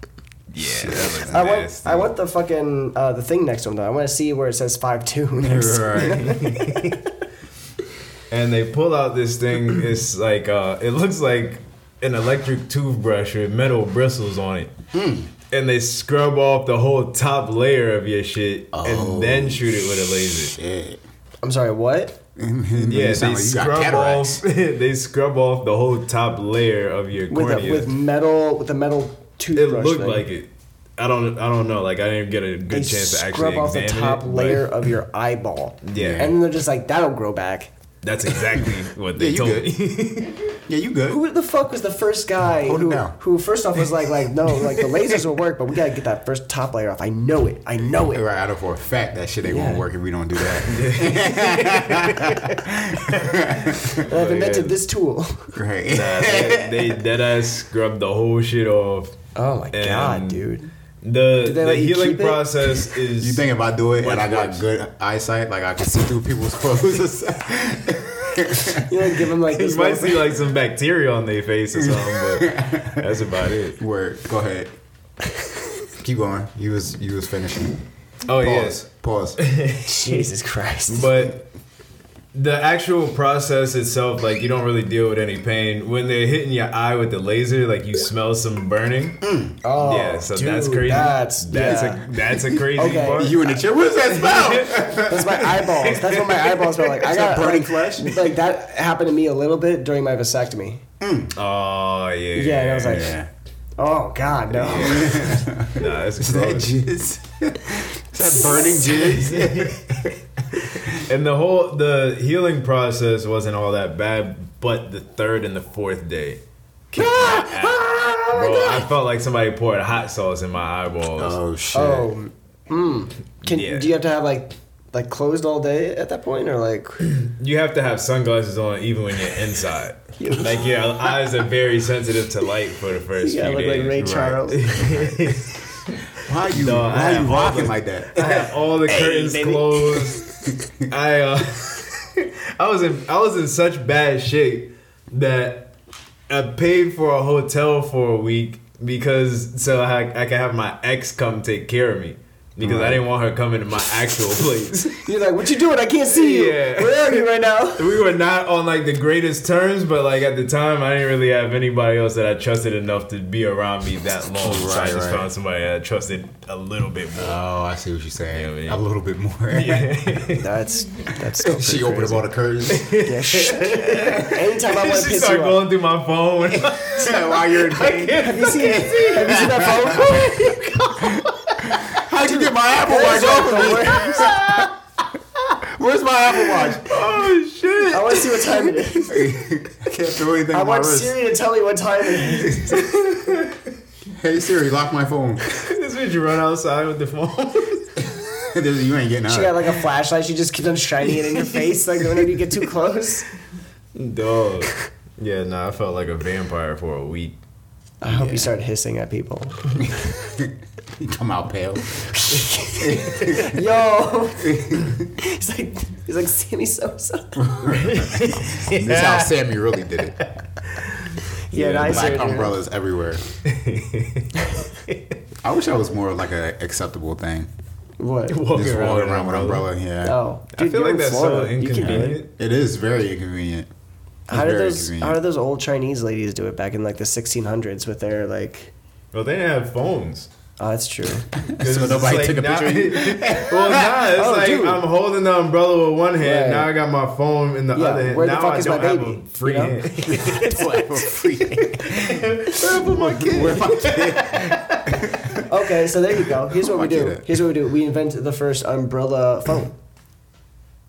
[SPEAKER 3] Yeah, that looks
[SPEAKER 2] I want,
[SPEAKER 3] nasty.
[SPEAKER 2] I want the fucking uh, the thing next to him though. I want to see where it says five two.
[SPEAKER 1] Right.
[SPEAKER 3] and they pull out this thing. It's like uh, it looks like an electric toothbrush with metal bristles on it. And they scrub off the whole top layer of your shit and then shoot it with a laser.
[SPEAKER 1] Shit.
[SPEAKER 2] I'm sorry, what?
[SPEAKER 3] Yeah,
[SPEAKER 1] yeah,
[SPEAKER 3] they scrub off. they scrub off the whole top layer of your
[SPEAKER 2] With
[SPEAKER 3] cornea.
[SPEAKER 2] a, with metal with a metal
[SPEAKER 3] it
[SPEAKER 2] toothbrush.
[SPEAKER 3] looked
[SPEAKER 2] thing.
[SPEAKER 3] like it. I don't. I don't know. Like I didn't get a good
[SPEAKER 2] They
[SPEAKER 3] chance to
[SPEAKER 2] scrub
[SPEAKER 3] actually
[SPEAKER 2] off the
[SPEAKER 3] examine
[SPEAKER 2] top
[SPEAKER 3] it, but
[SPEAKER 2] layer of your eyeball.
[SPEAKER 3] Yeah.
[SPEAKER 2] and then they're just like, that'll grow back.
[SPEAKER 3] That's exactly what they
[SPEAKER 1] Yeah, you
[SPEAKER 3] told
[SPEAKER 1] good.
[SPEAKER 3] me.
[SPEAKER 1] Yeah, you good.
[SPEAKER 2] Who the fuck was the first guy
[SPEAKER 1] Hold it
[SPEAKER 2] who,
[SPEAKER 1] down.
[SPEAKER 2] who first off was like, like no, like the lasers will work, but we gotta get that first top layer off. I know it. I know it.
[SPEAKER 1] Right, I know for a fact that shit ain't
[SPEAKER 2] Yeah.
[SPEAKER 1] gonna work if we don't do that.
[SPEAKER 2] And I've
[SPEAKER 3] Oh,
[SPEAKER 2] invented this tool.
[SPEAKER 1] Great.
[SPEAKER 3] they, they dead ass scrubbed the whole shit off.
[SPEAKER 2] Oh my god,
[SPEAKER 3] And-
[SPEAKER 2] dude.
[SPEAKER 3] The
[SPEAKER 2] they
[SPEAKER 3] the
[SPEAKER 2] let you
[SPEAKER 3] healing
[SPEAKER 2] keep it?
[SPEAKER 3] process is
[SPEAKER 1] You think if I do it
[SPEAKER 3] What
[SPEAKER 1] and I got
[SPEAKER 3] works?
[SPEAKER 1] good eyesight, like I can see through people's clothes or something?
[SPEAKER 2] You know, give him like
[SPEAKER 3] you
[SPEAKER 2] this.
[SPEAKER 3] might
[SPEAKER 2] little-
[SPEAKER 3] see like some bacteria on their face or something, but that's about it.
[SPEAKER 1] Word. Go ahead. Keep going. You was you was finishing.
[SPEAKER 3] Oh
[SPEAKER 1] Pause.
[SPEAKER 3] yes,
[SPEAKER 1] Pause.
[SPEAKER 2] Jesus Christ.
[SPEAKER 3] but the actual process itself, like you don't really deal with any pain when they're hitting your eye with the laser. Like you smell some burning.
[SPEAKER 2] oh,
[SPEAKER 3] yeah, so
[SPEAKER 2] dude,
[SPEAKER 3] that's crazy.
[SPEAKER 2] That's
[SPEAKER 3] That's
[SPEAKER 2] yeah.
[SPEAKER 3] a that's a crazy
[SPEAKER 2] Okay.
[SPEAKER 3] part.
[SPEAKER 1] you in the chair. What is that smell?
[SPEAKER 2] That's my eyeballs. That's what my eyeballs smell like. I
[SPEAKER 1] Is that
[SPEAKER 2] got
[SPEAKER 1] burning
[SPEAKER 2] like,
[SPEAKER 1] flesh?
[SPEAKER 2] Like that happened to me a little bit during my vasectomy.
[SPEAKER 3] oh yeah.
[SPEAKER 2] Yeah, and I was like,
[SPEAKER 1] Yeah.
[SPEAKER 2] oh god, no.
[SPEAKER 3] nah, that's
[SPEAKER 1] Is that
[SPEAKER 3] gross.
[SPEAKER 1] jizz? Is that burning jizz?
[SPEAKER 3] And the whole the healing process wasn't all that bad, but the third and the fourth day. kicked
[SPEAKER 2] Ah!
[SPEAKER 3] my ass.
[SPEAKER 2] Oh
[SPEAKER 3] Bro, I felt like somebody poured hot sauce in my eyeballs.
[SPEAKER 1] Oh shit.
[SPEAKER 2] Oh, mm. Can,
[SPEAKER 3] Yeah.
[SPEAKER 2] do you have to have like like closed all day at that point, or like?
[SPEAKER 3] You have to have sunglasses on even when you're inside. like your eyes are very sensitive to light for the first
[SPEAKER 2] Yeah,
[SPEAKER 3] few
[SPEAKER 2] look
[SPEAKER 3] days.
[SPEAKER 2] like Ray Charles.
[SPEAKER 1] Why are you
[SPEAKER 3] No, I
[SPEAKER 1] why are
[SPEAKER 3] have
[SPEAKER 1] you
[SPEAKER 3] all
[SPEAKER 1] rocking
[SPEAKER 3] the-
[SPEAKER 1] like that?
[SPEAKER 3] I had all the curtains
[SPEAKER 2] baby.
[SPEAKER 3] closed. I uh, I was in I was in such bad shape that I paid for a hotel for a week because so I, I could have my ex come take care of me because I didn't want her coming to my actual place.
[SPEAKER 2] You're like, what you doing? I can't see you.
[SPEAKER 3] Yeah.
[SPEAKER 2] Where are you right now?
[SPEAKER 3] we were not on like the greatest terms, but like at the time I didn't really have anybody else that I trusted enough to be around me that long. so I
[SPEAKER 1] Right,
[SPEAKER 3] just
[SPEAKER 1] right.
[SPEAKER 3] found somebody I trusted a little bit more.
[SPEAKER 1] Oh, I see what you're saying.
[SPEAKER 3] Yeah, man.
[SPEAKER 1] A little bit more.
[SPEAKER 2] That's that's. Still
[SPEAKER 1] she
[SPEAKER 2] pretty
[SPEAKER 1] opened up
[SPEAKER 2] crazy.
[SPEAKER 1] all the curtains.
[SPEAKER 2] Yeah, sh- Anytime I want to
[SPEAKER 3] she
[SPEAKER 2] piss
[SPEAKER 3] started
[SPEAKER 2] you off.
[SPEAKER 3] going through my phone. when I-
[SPEAKER 1] While you're in pain.
[SPEAKER 2] Have you seen? Have you seen that phone? Oh
[SPEAKER 1] How'd you get my Apple Watch off of me? Where's my Apple Watch?
[SPEAKER 3] oh shit.
[SPEAKER 2] I want to see what time it is.
[SPEAKER 1] I can't feel anything
[SPEAKER 2] I
[SPEAKER 1] on my
[SPEAKER 2] want
[SPEAKER 1] wrist.
[SPEAKER 2] Siri to tell me what time it is.
[SPEAKER 1] Hey Siri, lock my phone.
[SPEAKER 3] This bitch run outside with the phone.
[SPEAKER 1] There's- you ain't getting
[SPEAKER 2] She
[SPEAKER 1] out.
[SPEAKER 2] got like a flashlight. She just keeps on shining it in your face, like whenever you get too close.
[SPEAKER 3] Dog. Yeah, nah, I felt like a vampire for a week.
[SPEAKER 2] I hope you start hissing at people.
[SPEAKER 1] You come out
[SPEAKER 2] Yo,
[SPEAKER 1] pale.
[SPEAKER 2] he's like, he's like Sammy Sosa.
[SPEAKER 1] That's how Sammy really did it.
[SPEAKER 2] Yeah, yeah nice.
[SPEAKER 1] Black umbrellas everywhere. I wish I was more like an acceptable thing.
[SPEAKER 2] What?
[SPEAKER 3] Walking
[SPEAKER 1] Just rolling around
[SPEAKER 3] an
[SPEAKER 1] with umbrella. Yeah.
[SPEAKER 2] Oh,
[SPEAKER 3] I
[SPEAKER 2] dude,
[SPEAKER 3] feel
[SPEAKER 2] you're
[SPEAKER 3] like
[SPEAKER 2] in
[SPEAKER 3] that's
[SPEAKER 2] Florida.
[SPEAKER 3] so
[SPEAKER 2] You can do it.
[SPEAKER 3] inconvenient.
[SPEAKER 1] It is very inconvenient. It's
[SPEAKER 2] How did
[SPEAKER 1] very
[SPEAKER 2] those
[SPEAKER 1] convenient.
[SPEAKER 2] How did those old Chinese ladies do it back in like the 1600s with their like?
[SPEAKER 3] Well, they didn't have phones.
[SPEAKER 2] Oh, that's true.
[SPEAKER 1] So
[SPEAKER 3] It's
[SPEAKER 1] nobody
[SPEAKER 3] like
[SPEAKER 1] took a
[SPEAKER 3] now-
[SPEAKER 1] picture of you?
[SPEAKER 3] well, nah, it's
[SPEAKER 2] Oh,
[SPEAKER 3] like
[SPEAKER 2] dude.
[SPEAKER 3] I'm holding the umbrella with one hand.
[SPEAKER 2] Right.
[SPEAKER 3] Now I got my phone in the
[SPEAKER 2] Yeah,
[SPEAKER 3] other hand.
[SPEAKER 2] where the
[SPEAKER 3] now
[SPEAKER 2] fuck
[SPEAKER 3] I
[SPEAKER 2] is my
[SPEAKER 3] don't have a
[SPEAKER 2] baby,
[SPEAKER 3] free
[SPEAKER 2] you know?
[SPEAKER 3] hand.
[SPEAKER 1] Where my kid?
[SPEAKER 2] Okay, so there you go. Here's what we
[SPEAKER 1] I get
[SPEAKER 2] do.
[SPEAKER 1] it.
[SPEAKER 2] Here's what we do. We invented the first umbrella phone.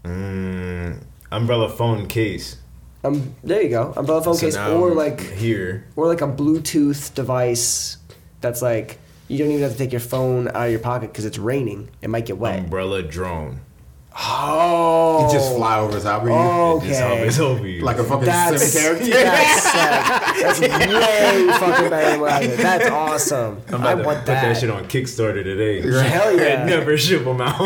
[SPEAKER 3] Mm, umbrella phone case.
[SPEAKER 2] Um, there you go. Umbrella phone
[SPEAKER 3] So
[SPEAKER 2] case,
[SPEAKER 3] now
[SPEAKER 2] or
[SPEAKER 3] I'm
[SPEAKER 2] like,
[SPEAKER 3] here.
[SPEAKER 2] or like a Bluetooth device that's like you don't even have to take your phone out of your pocket because it's raining. It might get wet.
[SPEAKER 3] Umbrella drone.
[SPEAKER 2] Oh,
[SPEAKER 1] You just fly over top of you.
[SPEAKER 3] It's
[SPEAKER 2] Okay.
[SPEAKER 3] always over you.
[SPEAKER 1] Like a fucking
[SPEAKER 2] That's
[SPEAKER 1] Sim character.
[SPEAKER 2] that's sick. That's way fucking better than what I did. That's awesome.
[SPEAKER 3] I'm about
[SPEAKER 2] I
[SPEAKER 3] to
[SPEAKER 2] want
[SPEAKER 3] put
[SPEAKER 2] that.
[SPEAKER 3] that. shit on Kickstarter today.
[SPEAKER 2] Hell yeah.
[SPEAKER 3] And never ship them out.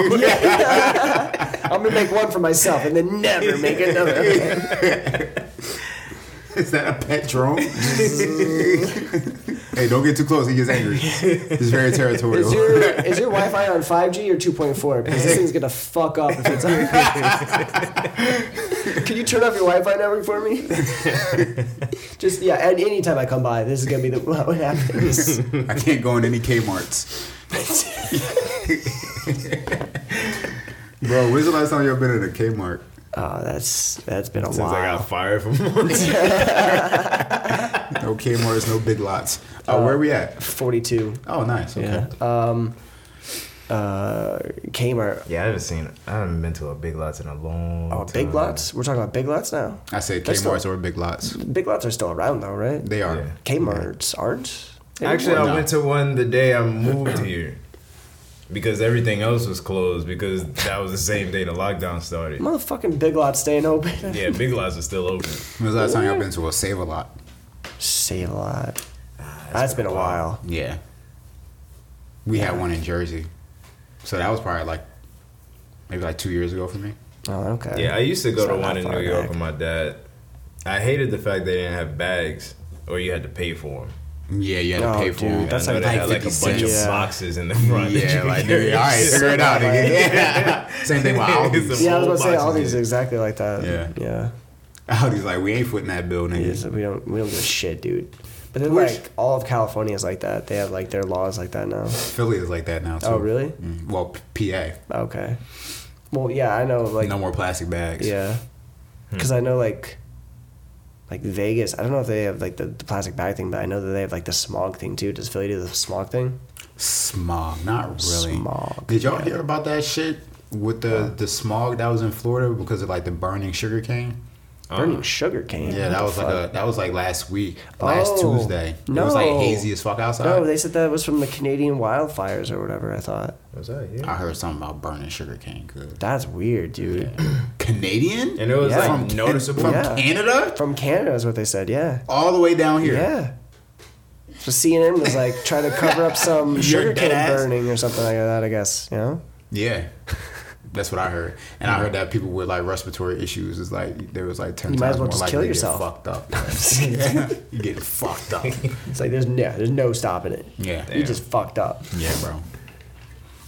[SPEAKER 2] I'm gonna make one for myself and then never make another.
[SPEAKER 1] Is that a pet drone? hey, don't get too close. He gets angry. He's very territorial.
[SPEAKER 2] Is your is your Wi-Fi on 5G or 2.4? Because this thing's gonna fuck up if it's on. Can you turn off your Wi-Fi network for me? Just yeah, and anytime I come by, this is gonna be the what happens.
[SPEAKER 1] I can't go in any Kmart's. Bro, when's the last time y'all been in a Kmart?
[SPEAKER 2] Oh, that's that's been a
[SPEAKER 3] Since I
[SPEAKER 2] while.
[SPEAKER 3] got fired from one.
[SPEAKER 1] No Kmart's, no Big Lots. Uh, where we at?
[SPEAKER 2] 42.
[SPEAKER 1] Oh, nice. Okay.
[SPEAKER 2] Yeah. Um. Uh, Kmart.
[SPEAKER 3] Yeah, I haven't seen. I haven't been to a Big Lots in a long.
[SPEAKER 2] Oh, Big Lots. We're talking about Big Lots now.
[SPEAKER 1] I say
[SPEAKER 2] That's
[SPEAKER 1] Kmart's or Big Lots.
[SPEAKER 2] Big Lots are still around though, right?
[SPEAKER 1] They are.
[SPEAKER 3] Yeah.
[SPEAKER 2] Kmart's aren't.
[SPEAKER 3] Actually,
[SPEAKER 1] No.
[SPEAKER 3] I went to one the day I moved here because everything else was closed because that was the same day the lockdown started.
[SPEAKER 2] Motherfucking Big Lots staying open.
[SPEAKER 3] Yeah, Big Lots was still open.
[SPEAKER 1] When's the last time y'all been to a Save a Lot?
[SPEAKER 2] Save a lot. that's been a while.
[SPEAKER 1] Yeah. We had one in Jersey. So that was probably like maybe like two years ago for me.
[SPEAKER 2] Oh, okay.
[SPEAKER 3] Yeah, I used to go
[SPEAKER 2] It's
[SPEAKER 3] to
[SPEAKER 2] not
[SPEAKER 3] one
[SPEAKER 2] that
[SPEAKER 3] in
[SPEAKER 2] far
[SPEAKER 3] New York
[SPEAKER 2] back.
[SPEAKER 3] with my dad. I hated the fact they didn't have bags or you had to pay for them.
[SPEAKER 1] Yeah, you had to
[SPEAKER 2] Oh,
[SPEAKER 1] pay for
[SPEAKER 2] dude,
[SPEAKER 1] them.
[SPEAKER 2] that's
[SPEAKER 3] I know
[SPEAKER 2] like
[SPEAKER 3] they had like a
[SPEAKER 1] 50
[SPEAKER 3] bunch
[SPEAKER 1] cents.
[SPEAKER 3] of boxes in the front. that
[SPEAKER 1] Yeah,
[SPEAKER 3] you
[SPEAKER 1] like,
[SPEAKER 3] could
[SPEAKER 1] dude,
[SPEAKER 3] carry.
[SPEAKER 1] all right, figure it out, nigga. Yeah. Same thing with Aldi's.
[SPEAKER 3] It's
[SPEAKER 2] Yeah, I was about to say
[SPEAKER 3] Whole
[SPEAKER 2] all
[SPEAKER 3] boxes,
[SPEAKER 2] these
[SPEAKER 3] yeah.
[SPEAKER 2] exactly like that.
[SPEAKER 1] Yeah.
[SPEAKER 2] Yeah.
[SPEAKER 1] Aldi's like, we ain't footing that bill, nigga.
[SPEAKER 2] Yeah, so we don't we don't give a shit, dude. But then
[SPEAKER 1] Where's-
[SPEAKER 2] like all of California is like that. They have like their laws like that now.
[SPEAKER 1] Philly is like that now, too.
[SPEAKER 2] Oh, really?
[SPEAKER 1] Mm, Well, P- PA.
[SPEAKER 2] Okay. Well, yeah, I know like
[SPEAKER 1] no more plastic bags.
[SPEAKER 2] yeah, because I know like like Vegas. I don't know if they have like the, the plastic bag thing, but I know that they have like the smog thing too. Does Philly do the smog thing?
[SPEAKER 1] Smog, not really.
[SPEAKER 2] Smog,
[SPEAKER 1] Did y'all
[SPEAKER 2] yeah.
[SPEAKER 1] hear about that shit with the, the smog that was in Florida because of like the burning sugar cane?
[SPEAKER 2] Burning sugar cane.
[SPEAKER 1] Oh. Yeah, that was like a that was like last week, last
[SPEAKER 2] Oh,
[SPEAKER 1] Tuesday. It was like
[SPEAKER 2] no.
[SPEAKER 1] hazy as fuck outside.
[SPEAKER 2] No, they said that was from the Canadian wildfires or whatever. I thought
[SPEAKER 3] Was that, yeah.
[SPEAKER 1] I heard something about burning sugar cane. Good.
[SPEAKER 2] that's weird, dude.
[SPEAKER 1] Canadian?
[SPEAKER 3] And it was
[SPEAKER 2] Yeah.
[SPEAKER 3] like
[SPEAKER 1] from noticeable
[SPEAKER 3] noticeable.
[SPEAKER 1] from
[SPEAKER 2] Yeah.
[SPEAKER 1] Canada
[SPEAKER 2] From Canada is what they said. Yeah,
[SPEAKER 1] all the way down here.
[SPEAKER 2] yeah. So CNN was like trying to cover up some sugar cane
[SPEAKER 1] dead ass.
[SPEAKER 2] burning or something like that. I guess you know.
[SPEAKER 1] Yeah. That's what I heard, and I heard that people with like respiratory issues is like there was like ten
[SPEAKER 2] You might
[SPEAKER 1] times
[SPEAKER 2] as well
[SPEAKER 1] more
[SPEAKER 2] just
[SPEAKER 1] likely
[SPEAKER 2] kill
[SPEAKER 1] to get
[SPEAKER 2] yourself.
[SPEAKER 1] fucked up. you getting fucked up.
[SPEAKER 2] It's like there's no there's no stopping it.
[SPEAKER 1] Yeah.
[SPEAKER 2] You just fucked up.
[SPEAKER 1] Yeah, bro.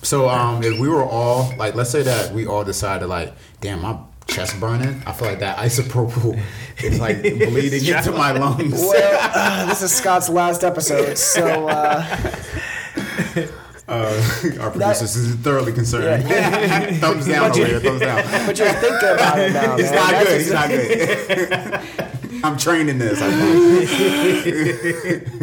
[SPEAKER 1] So um, if we were all like, let's say that we all decided like, damn, my chest burning. I feel like that isopropyl is like bleeding into my lungs.
[SPEAKER 2] Well, uh, this is Scott's last episode, so uh,
[SPEAKER 1] Uh, our producer is thoroughly concerned. thumbs down over here. Thumbs down.
[SPEAKER 2] but you're thinking about it now,
[SPEAKER 1] He's
[SPEAKER 2] man.
[SPEAKER 1] not
[SPEAKER 2] That's
[SPEAKER 1] good.
[SPEAKER 2] just-
[SPEAKER 1] He's not good. I'm training this. I promise.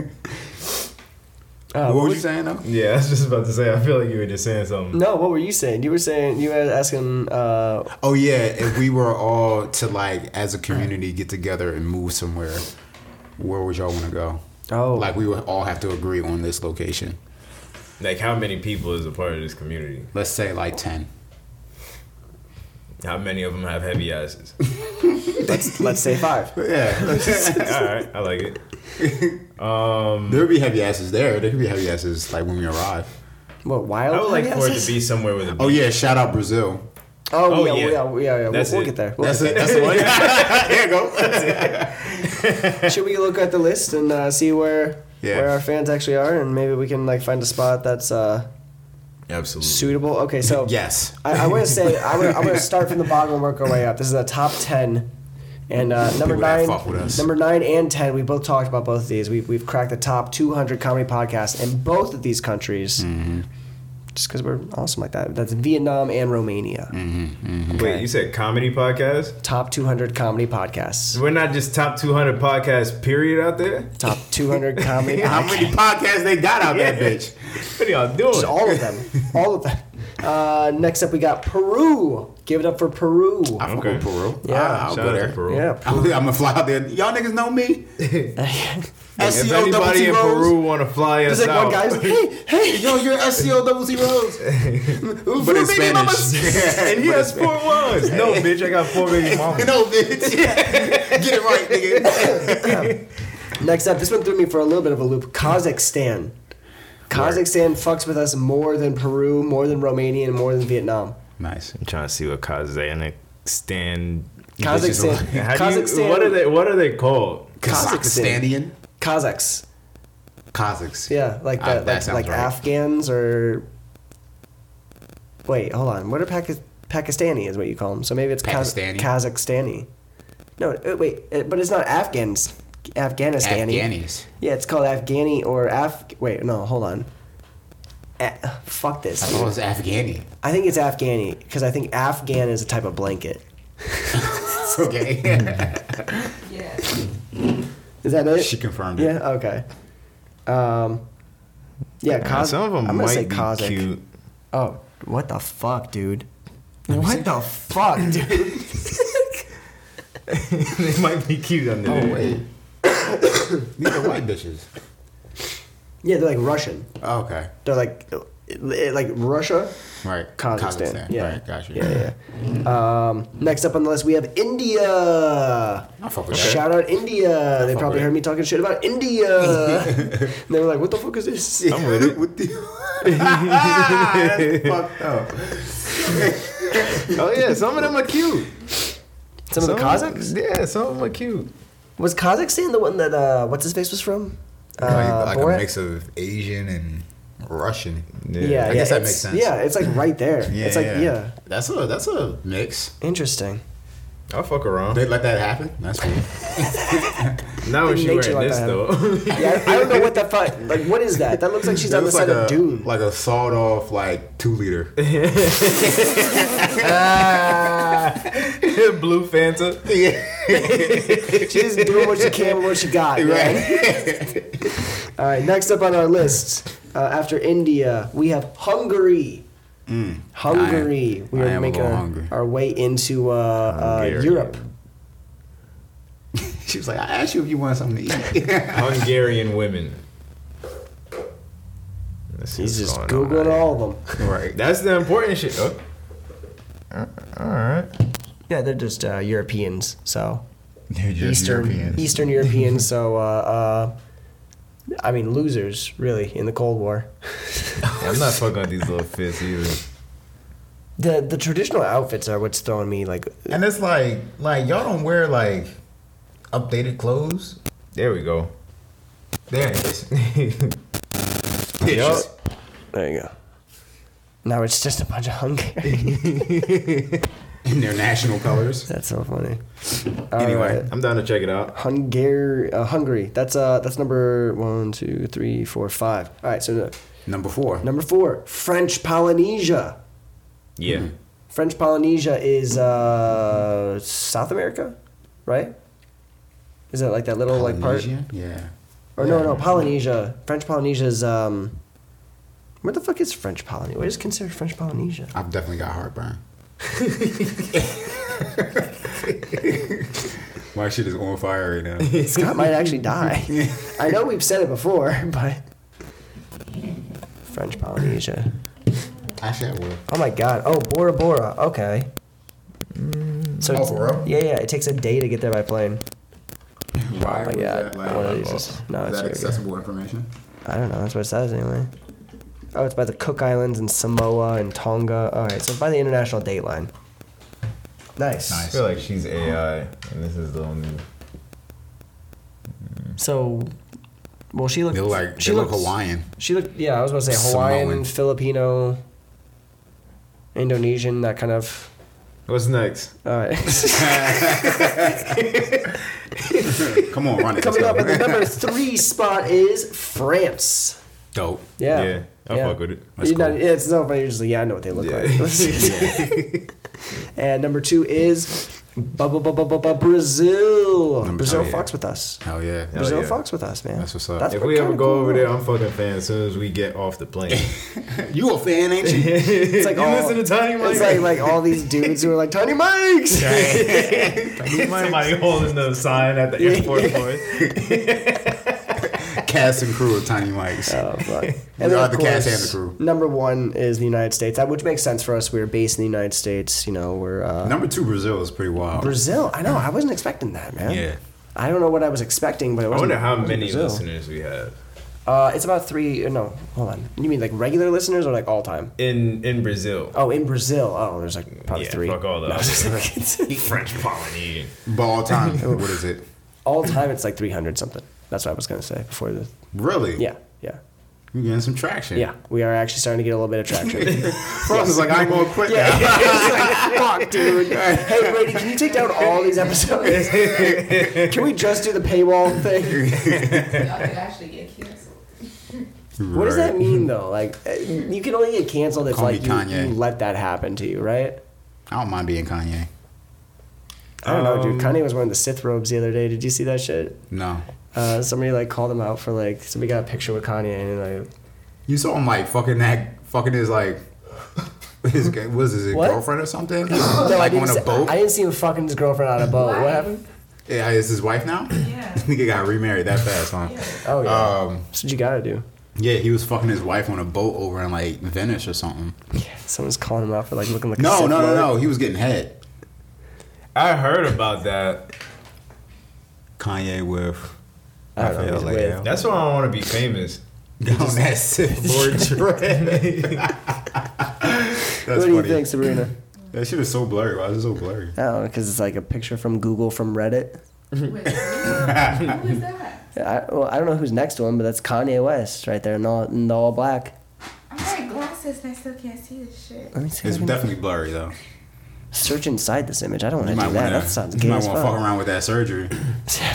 [SPEAKER 2] Uh,
[SPEAKER 1] what was you saying though?
[SPEAKER 3] Yeah, I was just about to say. I feel like you were just saying something.
[SPEAKER 2] No, what were you saying? You were saying you were asking. Uh,
[SPEAKER 1] Oh yeah, if we were all to like as a community get together and move somewhere, where would y'all want to go?
[SPEAKER 2] oh,
[SPEAKER 1] Like we would all have to agree on this location.
[SPEAKER 3] Like, how many people is a part of this community?
[SPEAKER 1] Let's say like ten.
[SPEAKER 3] How many of them have heavy asses?
[SPEAKER 2] Let's let's say five.
[SPEAKER 1] Yeah,
[SPEAKER 3] All right, I like it.
[SPEAKER 1] there would be heavy asses there. There could be heavy asses like when we arrive.
[SPEAKER 2] What wild?
[SPEAKER 3] I would like for it to
[SPEAKER 2] Oh, asses?
[SPEAKER 3] be somewhere with a
[SPEAKER 1] Oh yeah, shout out Brazil.
[SPEAKER 2] Oh,
[SPEAKER 3] Oh,
[SPEAKER 2] yeah,
[SPEAKER 3] yeah.
[SPEAKER 2] yeah, yeah, yeah. We'll,
[SPEAKER 3] That's
[SPEAKER 2] we'll
[SPEAKER 3] it.
[SPEAKER 2] get there. We'll
[SPEAKER 1] That's
[SPEAKER 2] get
[SPEAKER 1] it. That's the one. there you go.
[SPEAKER 2] there. Should we look at the list and uh, see where
[SPEAKER 1] Yeah.
[SPEAKER 2] where our fans actually are, and maybe we can like find a spot that's uh,
[SPEAKER 3] Absolutely.
[SPEAKER 2] suitable? Okay, so
[SPEAKER 1] Yes.
[SPEAKER 2] I, I want to say I'm gonna, I'm gonna start from the bottom and work our way up. This is a top ten, and uh, number
[SPEAKER 1] People that
[SPEAKER 2] nine,
[SPEAKER 1] fuck with us.
[SPEAKER 2] number nine and ten. We both talked about both of these. We've we've cracked the top 200 comedy podcasts in both of these countries.
[SPEAKER 1] Mm-hmm.
[SPEAKER 2] Just because we're awesome like that. That's Vietnam and Romania.
[SPEAKER 1] Mm.
[SPEAKER 3] Wait, you said comedy podcast?
[SPEAKER 2] Top 200 comedy podcasts.
[SPEAKER 3] We're not just top 200 podcasts, period, out there?
[SPEAKER 2] Top 200 comedy
[SPEAKER 1] How
[SPEAKER 2] podcasts.
[SPEAKER 1] many podcasts they got out that bitch?
[SPEAKER 3] What are y'all doing?
[SPEAKER 2] Just all of them. All of them. Uh, next up, we got Peru. Give it up for Peru.
[SPEAKER 1] I fuck
[SPEAKER 3] Okay.
[SPEAKER 1] with Peru.
[SPEAKER 2] Yeah.
[SPEAKER 1] Yeah,
[SPEAKER 3] Shout
[SPEAKER 1] I'll go
[SPEAKER 3] out to
[SPEAKER 1] there.
[SPEAKER 3] Peru.
[SPEAKER 2] Yeah.
[SPEAKER 1] I'm gonna fly out there. Y'all niggas know me.
[SPEAKER 3] If
[SPEAKER 1] SEO double
[SPEAKER 3] anybody
[SPEAKER 1] T
[SPEAKER 3] in
[SPEAKER 1] Rose.
[SPEAKER 3] Peru want to fly us
[SPEAKER 2] There's like
[SPEAKER 3] out,
[SPEAKER 2] one guy who's like, hey, hey.
[SPEAKER 1] Yo, you're SEO double T Rose.
[SPEAKER 3] but in
[SPEAKER 1] Baby mamas.
[SPEAKER 3] Spanish. and he
[SPEAKER 1] But
[SPEAKER 3] has
[SPEAKER 1] in
[SPEAKER 3] four ones. No, bitch, I got four baby mamas.
[SPEAKER 1] No, bitch. Get it right, nigga.
[SPEAKER 2] Next up, this one threw me for a little bit of a loop. Kazakhstan. Kazakhstan fucks with us more than Peru, more than Romania, and more than Vietnam.
[SPEAKER 1] Nice.
[SPEAKER 3] I'm trying to see what Kazanik stand.
[SPEAKER 2] Kazakhstan.
[SPEAKER 3] How do you,
[SPEAKER 2] Kazakhstan.
[SPEAKER 3] what are they? What are they called?
[SPEAKER 2] Kazakhstan.
[SPEAKER 1] Kazakhstanian.
[SPEAKER 2] Kazakhs.
[SPEAKER 1] Kazakhs.
[SPEAKER 2] Yeah, like
[SPEAKER 1] Ah,
[SPEAKER 2] that.
[SPEAKER 1] that
[SPEAKER 2] like
[SPEAKER 1] sounds
[SPEAKER 2] like
[SPEAKER 1] right.
[SPEAKER 2] Afghans or. Wait, hold on. What are Paki- Pakistani is what you call them? So maybe it's Kaz-
[SPEAKER 1] Pakistani.
[SPEAKER 2] Kazakhstani. No, uh, wait, uh, but it's not Afghans. Afghanistani.
[SPEAKER 1] Afghanis.
[SPEAKER 2] Yeah, it's called Afghani or Af. Wait, no, hold on. A- fuck this.
[SPEAKER 1] I thought it was Oh, Afghani.
[SPEAKER 2] I think it's Afghani because I think Afghan is a type of blanket.
[SPEAKER 1] Okay.
[SPEAKER 4] Yes.
[SPEAKER 2] Is that it?
[SPEAKER 1] she confirmed it.
[SPEAKER 2] yeah. Okay. Um. Yeah, Kaz-
[SPEAKER 3] Some of them
[SPEAKER 2] I'm gonna
[SPEAKER 3] might
[SPEAKER 2] say
[SPEAKER 3] be
[SPEAKER 2] Kazakh.
[SPEAKER 3] cute.
[SPEAKER 2] Oh, what the fuck, dude? What the fuck, dude?
[SPEAKER 3] they might be cute under
[SPEAKER 1] Oh
[SPEAKER 3] there.
[SPEAKER 1] wait. These are white bitches.
[SPEAKER 2] yeah, they're like Russian.
[SPEAKER 1] Okay.
[SPEAKER 2] They're like eh, like Russia.
[SPEAKER 1] Right.
[SPEAKER 2] Kazakhstan. Yeah.
[SPEAKER 1] Right. Gotcha.
[SPEAKER 2] Yeah, yeah. Um, next up on the list, we have India.
[SPEAKER 1] I fuck with that.
[SPEAKER 2] Shout out India. They
[SPEAKER 1] fuck
[SPEAKER 2] probably
[SPEAKER 1] with
[SPEAKER 2] heard me talking shit about India. and they were like, what the fuck is this?
[SPEAKER 1] I'm with it. With you. That's fucked up.
[SPEAKER 3] Oh yeah, some of them are cute.
[SPEAKER 2] Some of the
[SPEAKER 3] Some-
[SPEAKER 2] Kazakhs?
[SPEAKER 3] Yeah, some of them are cute.
[SPEAKER 2] Was Kazakhstan the one that, uh, what's his face was from? Uh,
[SPEAKER 1] like like
[SPEAKER 2] Borat?
[SPEAKER 1] a mix of Asian and Russian.
[SPEAKER 2] Yeah, yeah,
[SPEAKER 1] I guess that
[SPEAKER 2] it's-
[SPEAKER 1] makes sense.
[SPEAKER 2] Yeah, it's like right there. it's like, yeah.
[SPEAKER 1] That's a that's a mix.
[SPEAKER 2] Interesting.
[SPEAKER 3] I'll fuck around.
[SPEAKER 1] They let that happen. That's cool.
[SPEAKER 3] Not when
[SPEAKER 2] They
[SPEAKER 3] she wearing
[SPEAKER 2] nature like
[SPEAKER 3] this
[SPEAKER 2] that.
[SPEAKER 3] though.
[SPEAKER 2] Yeah, I I don't know what the fuck. Like, what is that? That looks like she's
[SPEAKER 1] That
[SPEAKER 2] on the
[SPEAKER 1] looks
[SPEAKER 2] side
[SPEAKER 1] like
[SPEAKER 2] of
[SPEAKER 1] a,
[SPEAKER 2] Dune.
[SPEAKER 1] Like a sawed off like two liter.
[SPEAKER 3] Blue Fanta.
[SPEAKER 2] She's just doing what she can with what she got. man. All right, next up on our list, uh, after India, we have Hungary. Hungary.
[SPEAKER 1] Mm. I am-
[SPEAKER 2] we
[SPEAKER 1] I
[SPEAKER 2] are
[SPEAKER 1] am a
[SPEAKER 2] making
[SPEAKER 1] little
[SPEAKER 2] our,
[SPEAKER 1] hungry.
[SPEAKER 2] our way into uh, uh,
[SPEAKER 3] Hungary.
[SPEAKER 2] Europe.
[SPEAKER 1] She was like, I asked you if you want something to eat.
[SPEAKER 3] Hungarian women. Let's see
[SPEAKER 2] He's
[SPEAKER 3] what's
[SPEAKER 2] just
[SPEAKER 3] going on.
[SPEAKER 2] googling all of them.
[SPEAKER 1] right.
[SPEAKER 3] That's the important shit. Oh. All right.
[SPEAKER 2] Yeah, they're just uh, Europeans, so
[SPEAKER 1] You're
[SPEAKER 2] Eastern
[SPEAKER 1] European.
[SPEAKER 2] Eastern Europeans. so, uh, uh, I mean, losers really in the Cold War.
[SPEAKER 3] I'm not fucking with these little fists either.
[SPEAKER 2] The the traditional outfits are what's throwing me like
[SPEAKER 5] And it's like, like y'all don't wear like updated clothes.
[SPEAKER 3] There we go.
[SPEAKER 5] There it is.
[SPEAKER 3] Yo,
[SPEAKER 2] There you go. Now it's just a bunch of Hungarians.
[SPEAKER 1] In their national colors.
[SPEAKER 2] That's so funny.
[SPEAKER 1] Anyway.
[SPEAKER 3] I'm down to check it out.
[SPEAKER 2] Hungary, uh, Hungary. That's uh, that's number one, two, three, four, five. All right, so no,
[SPEAKER 1] Number four.
[SPEAKER 2] number four, French Polynesia.
[SPEAKER 3] Yeah.
[SPEAKER 2] French Polynesia is uh, South America, right? Is that like that little like part?
[SPEAKER 1] Polynesian? Yeah.
[SPEAKER 2] Or no, no, Polynesia. French Polynesia is um, where the fuck is French Polynesia? What is considered French Polynesia?
[SPEAKER 1] I've definitely got heartburn. My shit is on fire right now.
[SPEAKER 2] Scott might actually die. I know we've said it before, but French Polynesia.
[SPEAKER 1] Actually, I will.
[SPEAKER 2] Oh my god. Oh, Bora Bora. Okay. Mm. So
[SPEAKER 5] Oh, for real?
[SPEAKER 2] yeah, yeah. It takes a day to get there by plane.
[SPEAKER 1] Why?
[SPEAKER 2] But
[SPEAKER 1] was
[SPEAKER 2] yeah,
[SPEAKER 1] that, like,
[SPEAKER 2] one of these is no.
[SPEAKER 1] is
[SPEAKER 2] It's very
[SPEAKER 1] that
[SPEAKER 2] good.
[SPEAKER 1] accessible information?
[SPEAKER 2] I don't know. That's what it says anyway. Oh, it's by the Cook Islands and Samoa and Tonga. All right, so it's by the international date line. Nice.
[SPEAKER 5] Nice.
[SPEAKER 3] I feel like she's AI, and this is the only.
[SPEAKER 2] So, well, she looked.
[SPEAKER 1] They look like
[SPEAKER 2] she
[SPEAKER 1] they look
[SPEAKER 2] looks-
[SPEAKER 1] Hawaiian.
[SPEAKER 2] She looked. Yeah, I was gonna say Hawaiian,
[SPEAKER 1] Samoan.
[SPEAKER 2] Filipino, Indonesian, that kind of.
[SPEAKER 3] What's next?
[SPEAKER 2] All right.
[SPEAKER 1] Come on, run it.
[SPEAKER 2] Coming up at
[SPEAKER 1] let's go.
[SPEAKER 2] the number three spot is France.
[SPEAKER 1] Dope.
[SPEAKER 2] Yeah.
[SPEAKER 3] Yeah, I fuck with it.
[SPEAKER 1] That's
[SPEAKER 2] You're not-
[SPEAKER 1] cool.
[SPEAKER 2] yeah, it's so funny. You're just like, yeah, I know what they look like. and number two is bu- bu- bu- bu- bu- bu- Brazil.
[SPEAKER 1] Number
[SPEAKER 2] Brazil
[SPEAKER 1] two, yeah.
[SPEAKER 2] fucks with us.
[SPEAKER 1] Hell yeah.
[SPEAKER 3] Yeah.
[SPEAKER 2] Brazil
[SPEAKER 3] yeah.
[SPEAKER 2] fucks with us, man.
[SPEAKER 1] That's what's up.
[SPEAKER 3] If
[SPEAKER 2] what
[SPEAKER 3] we ever
[SPEAKER 2] kinda
[SPEAKER 3] go
[SPEAKER 2] cool
[SPEAKER 3] over there,
[SPEAKER 2] is.
[SPEAKER 3] I'm fucking fan as soon as we get off the plane.
[SPEAKER 1] You a fan, ain't you?
[SPEAKER 2] it's like
[SPEAKER 3] you
[SPEAKER 2] all,
[SPEAKER 3] listen to Tiny Mike?
[SPEAKER 2] it's like like all these dudes who are like Tiny Mikes.
[SPEAKER 3] Somebody holding the sign at the airport for us.
[SPEAKER 1] cast and crew of Tiny Mikes.
[SPEAKER 2] Oh, fuck.
[SPEAKER 1] We are the cast and the
[SPEAKER 2] course,
[SPEAKER 1] crew.
[SPEAKER 2] Number one is the United States, that- which makes sense for us. We're based in the United States. You know, we're uh,
[SPEAKER 1] Number two, Brazil is pretty wild.
[SPEAKER 2] Brazil. I know. I wasn't expecting that, man.
[SPEAKER 1] Yeah.
[SPEAKER 2] I don't know what I was expecting, but it
[SPEAKER 3] I
[SPEAKER 2] wasn't.
[SPEAKER 3] wonder how
[SPEAKER 2] it wasn't
[SPEAKER 3] many
[SPEAKER 2] Brazil.
[SPEAKER 3] listeners we have
[SPEAKER 2] Uh, it's about three. No, hold on. You mean like regular listeners or like all time?
[SPEAKER 3] in in Brazil.
[SPEAKER 2] Oh, in Brazil. Oh, there's like probably
[SPEAKER 3] yeah,
[SPEAKER 2] three.
[SPEAKER 3] fuck all
[SPEAKER 2] No,
[SPEAKER 3] those.
[SPEAKER 2] it's like-
[SPEAKER 3] French Polynesian.
[SPEAKER 1] But all time, what is it?
[SPEAKER 2] all time, it's like three hundred something. That's what I was gonna say before the.
[SPEAKER 1] Really?
[SPEAKER 2] Yeah, yeah,
[SPEAKER 1] You getting some traction?
[SPEAKER 2] yeah. We are actually starting to get a little bit of traction.
[SPEAKER 1] Frost is like, I ain't gonna quit
[SPEAKER 2] yeah,
[SPEAKER 1] now.
[SPEAKER 2] It's like, fuck, dude. Hey, Brady, can you take down all these episodes? can we just do the paywall thing?
[SPEAKER 4] Y'all could actually get canceled.
[SPEAKER 2] What does that
[SPEAKER 1] Right.
[SPEAKER 2] mean though? Like, uh, you can only get canceled if
[SPEAKER 1] Call me
[SPEAKER 2] like you,
[SPEAKER 1] Kanye.
[SPEAKER 2] you let that happen to you, right?
[SPEAKER 1] I don't mind being Kanye.
[SPEAKER 2] I don't know, dude.
[SPEAKER 1] Um,
[SPEAKER 2] Kanye was wearing the Sith robes the other day. Did you see that shit?
[SPEAKER 1] No.
[SPEAKER 2] Uh, somebody like called him out for like somebody got a picture with Kanye and like
[SPEAKER 1] You saw him like fucking that, fucking his like, his was his
[SPEAKER 2] What?
[SPEAKER 1] girlfriend or something?
[SPEAKER 2] no, I
[SPEAKER 1] Oh, like
[SPEAKER 2] didn't
[SPEAKER 1] on
[SPEAKER 2] see,
[SPEAKER 1] a boat.
[SPEAKER 2] I didn't see him fucking his girlfriend on a boat. What
[SPEAKER 4] Why?
[SPEAKER 2] happened?
[SPEAKER 1] yeah, is his wife now?
[SPEAKER 4] Yeah.
[SPEAKER 1] Nigga got remarried that fast, huh?
[SPEAKER 2] Oh yeah,
[SPEAKER 1] Um,
[SPEAKER 2] that's what you gotta do.
[SPEAKER 1] yeah, he was fucking his wife on a boat over in like Venice or something.
[SPEAKER 2] Someone's calling him out for like looking like a
[SPEAKER 1] No,
[SPEAKER 2] Sith
[SPEAKER 1] no, no,
[SPEAKER 2] Lord.
[SPEAKER 1] no. He was getting head.
[SPEAKER 3] I heard about that.
[SPEAKER 1] Kanye with
[SPEAKER 2] I don't know.
[SPEAKER 1] Raphael
[SPEAKER 2] he's weird.
[SPEAKER 1] Leal.
[SPEAKER 3] That's why I want to be famous.
[SPEAKER 1] on that Sith Lord trip. That's
[SPEAKER 2] What do
[SPEAKER 1] funny.
[SPEAKER 2] you think, Sabrina?
[SPEAKER 1] That shit is so blurry. Why is it so blurry?
[SPEAKER 2] Oh, because it's like a picture from Google from Reddit.
[SPEAKER 4] Wait, who is that?
[SPEAKER 2] I, well, I don't know who's next to him, but that's Kanye West right there in all, in the all black.
[SPEAKER 4] I'm wearing glasses and I still can't see this shit.
[SPEAKER 2] Let me see. if
[SPEAKER 1] It's
[SPEAKER 2] I can
[SPEAKER 1] definitely blurry though.
[SPEAKER 2] search inside this image. I don't want
[SPEAKER 1] You
[SPEAKER 2] to
[SPEAKER 1] might
[SPEAKER 2] do
[SPEAKER 1] want
[SPEAKER 2] that.
[SPEAKER 1] to.
[SPEAKER 2] That sounds
[SPEAKER 1] You
[SPEAKER 2] gay
[SPEAKER 1] might
[SPEAKER 2] as
[SPEAKER 1] want to fuck
[SPEAKER 2] fuck.
[SPEAKER 1] around with that surgery.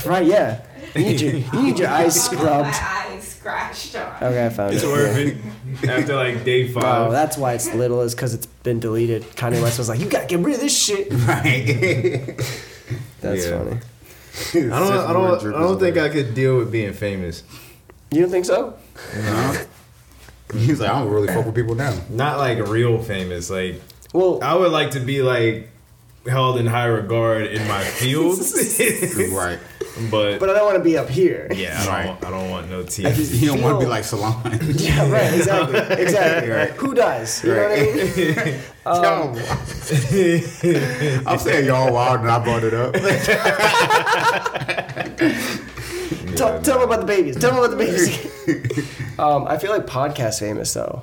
[SPEAKER 2] Right? Yeah. You need your, you need your eyes scrubbed.
[SPEAKER 4] My eyes scratched on.
[SPEAKER 2] Okay, I found
[SPEAKER 3] It's
[SPEAKER 2] it.
[SPEAKER 3] worth it. After like day
[SPEAKER 2] Oh,
[SPEAKER 3] five.
[SPEAKER 2] that's why it's little is because it's been deleted. Kanye West was like, "You gotta get rid of this shit."
[SPEAKER 1] right.
[SPEAKER 2] That's
[SPEAKER 3] Yeah.
[SPEAKER 2] funny.
[SPEAKER 3] I don't. I don't. I don't think I could deal with being famous.
[SPEAKER 2] You don't think so?
[SPEAKER 1] He's like, I don't really fuck with people now.
[SPEAKER 3] Not like real famous. Like
[SPEAKER 2] Well,
[SPEAKER 3] I would like to be like held in high regard in my field,
[SPEAKER 1] right.
[SPEAKER 3] but,
[SPEAKER 2] but I don't want to be up here.
[SPEAKER 3] yeah, I don't.
[SPEAKER 1] Right.
[SPEAKER 3] want- I don't want no teeth.
[SPEAKER 1] You don't want to
[SPEAKER 2] feel-
[SPEAKER 1] be like Salon.
[SPEAKER 2] Yeah, right. Exactly. Exactly.
[SPEAKER 1] Right.
[SPEAKER 2] Who does? You know what I mean? Um.
[SPEAKER 1] Y'all wild. I'm saying y'all wild, and I brought it up.
[SPEAKER 2] Tell, tell them about the babies. Tell them about the babies. um, I feel like podcast famous though.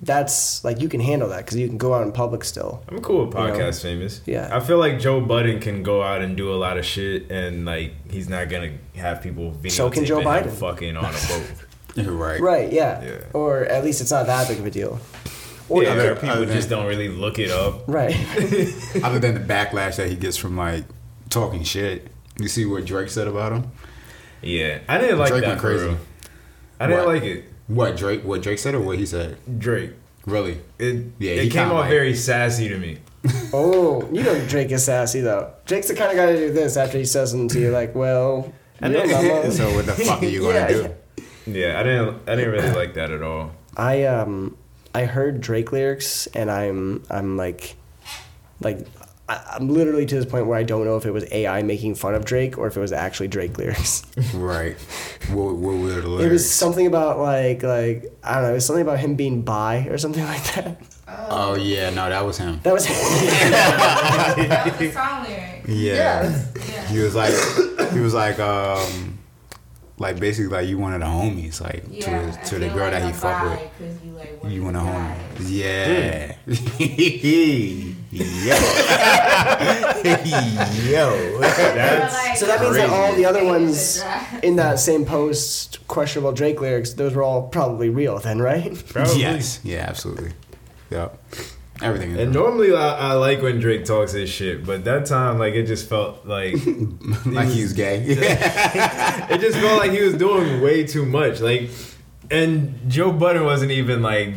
[SPEAKER 2] That's like you can handle that because you can go out in public still.
[SPEAKER 3] I'm cool with podcast famous.
[SPEAKER 2] Yeah.
[SPEAKER 3] I feel like Joe Budden can go out and do a lot of shit, and like he's not gonna have people videotaping
[SPEAKER 2] So can Joe
[SPEAKER 3] him
[SPEAKER 2] Biden.
[SPEAKER 3] fucking on a boat.
[SPEAKER 1] right.
[SPEAKER 2] Right? Yeah.
[SPEAKER 3] Yeah.
[SPEAKER 2] Or at least it's not that big of a deal. Or
[SPEAKER 3] yeah,
[SPEAKER 1] other-
[SPEAKER 3] people
[SPEAKER 1] other
[SPEAKER 3] just don't really look it up.
[SPEAKER 2] Right.
[SPEAKER 1] Other than the backlash that he gets from like talking shit. You see what Drake said about him?
[SPEAKER 3] Yeah, I didn't like
[SPEAKER 1] Drake
[SPEAKER 3] that.
[SPEAKER 1] went
[SPEAKER 3] for
[SPEAKER 1] crazy.
[SPEAKER 3] real. I didn't
[SPEAKER 1] What?
[SPEAKER 3] like it.
[SPEAKER 1] What Drake? What Drake said or what he said?
[SPEAKER 3] Drake.
[SPEAKER 1] Really?
[SPEAKER 3] It
[SPEAKER 1] Yeah,
[SPEAKER 3] it
[SPEAKER 1] he
[SPEAKER 3] came
[SPEAKER 1] kinda
[SPEAKER 3] off
[SPEAKER 1] like-
[SPEAKER 3] very sassy to me.
[SPEAKER 2] Oh, you know Drake is sassy though. Drake's the kind of guy to do this after he says something to you like, "Well, you know, mama."
[SPEAKER 1] So what the fuck are you gonna
[SPEAKER 2] Yeah,
[SPEAKER 1] do?
[SPEAKER 2] yeah.
[SPEAKER 3] Yeah, I didn't. I didn't really like that at all.
[SPEAKER 2] I um I heard Drake lyrics and I'm I'm like like I, I'm literally to this point where I don't know if it was AI making fun of Drake or if it was actually Drake lyrics.
[SPEAKER 1] Right. What, what were the lyrics?
[SPEAKER 2] It was something about like like I don't know. It was something about him being bi or something like that.
[SPEAKER 1] oh yeah, no, that was him.
[SPEAKER 2] That was
[SPEAKER 4] That was the song lyric.
[SPEAKER 1] Yeah.
[SPEAKER 4] Yeah.
[SPEAKER 1] He was like, he was like, um, like basically like you one of the homies, like to
[SPEAKER 4] Yeah.
[SPEAKER 1] his, to the girl that he fucked with.
[SPEAKER 4] with. You, like,
[SPEAKER 1] You
[SPEAKER 4] want
[SPEAKER 1] want a homie?
[SPEAKER 4] to home.
[SPEAKER 1] Yeah. Yo. Yo.
[SPEAKER 2] so that means that all the other ones
[SPEAKER 4] Right.
[SPEAKER 2] in that same post questionable Drake lyrics, those were all probably real then, right?
[SPEAKER 3] Probably.
[SPEAKER 1] Yes. Yeah, absolutely. Yep. Everything is
[SPEAKER 3] And normally I, I like when Drake talks his shit, but that time like it just felt like it
[SPEAKER 1] like he's gay.
[SPEAKER 3] just felt like he was doing way too much. Like, and Joe Budden wasn't even like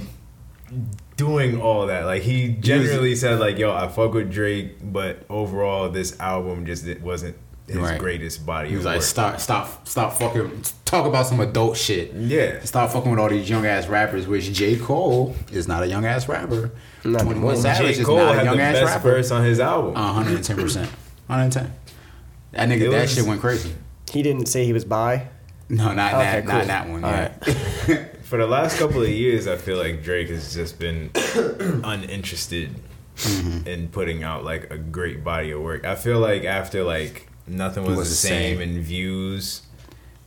[SPEAKER 3] doing all that. Like he generally said like, "Yo, I fuck with Drake, but overall this album just it wasn't his
[SPEAKER 1] Right.
[SPEAKER 3] greatest body."
[SPEAKER 1] he was
[SPEAKER 3] of
[SPEAKER 1] like,
[SPEAKER 3] work.
[SPEAKER 1] stop, stop, stop fucking. Talk about some adult shit.
[SPEAKER 3] Yeah.
[SPEAKER 1] Stop fucking with all these young ass rappers, which J. Cole is not a young ass rapper.
[SPEAKER 2] Not
[SPEAKER 1] 21
[SPEAKER 2] anymore.
[SPEAKER 1] Savage
[SPEAKER 3] J.
[SPEAKER 1] is
[SPEAKER 3] Cole
[SPEAKER 1] not a
[SPEAKER 3] had the
[SPEAKER 1] young ass
[SPEAKER 3] best
[SPEAKER 1] rapper.
[SPEAKER 3] verse on his album.
[SPEAKER 1] Uh, 110%. 110. That nigga,
[SPEAKER 3] It
[SPEAKER 1] that
[SPEAKER 3] was-
[SPEAKER 1] shit went crazy.
[SPEAKER 2] He didn't say he was bi.
[SPEAKER 1] No, not that,
[SPEAKER 2] Okay, cool.
[SPEAKER 1] not that one.
[SPEAKER 2] All
[SPEAKER 1] Yeah.
[SPEAKER 3] For the last couple of years, I feel like Drake has just been uninterested
[SPEAKER 1] Mm-hmm.
[SPEAKER 3] in putting out like a great body of work. I feel like after like nothing was,
[SPEAKER 1] Was
[SPEAKER 3] the
[SPEAKER 1] the
[SPEAKER 3] same,
[SPEAKER 1] same.
[SPEAKER 3] and views,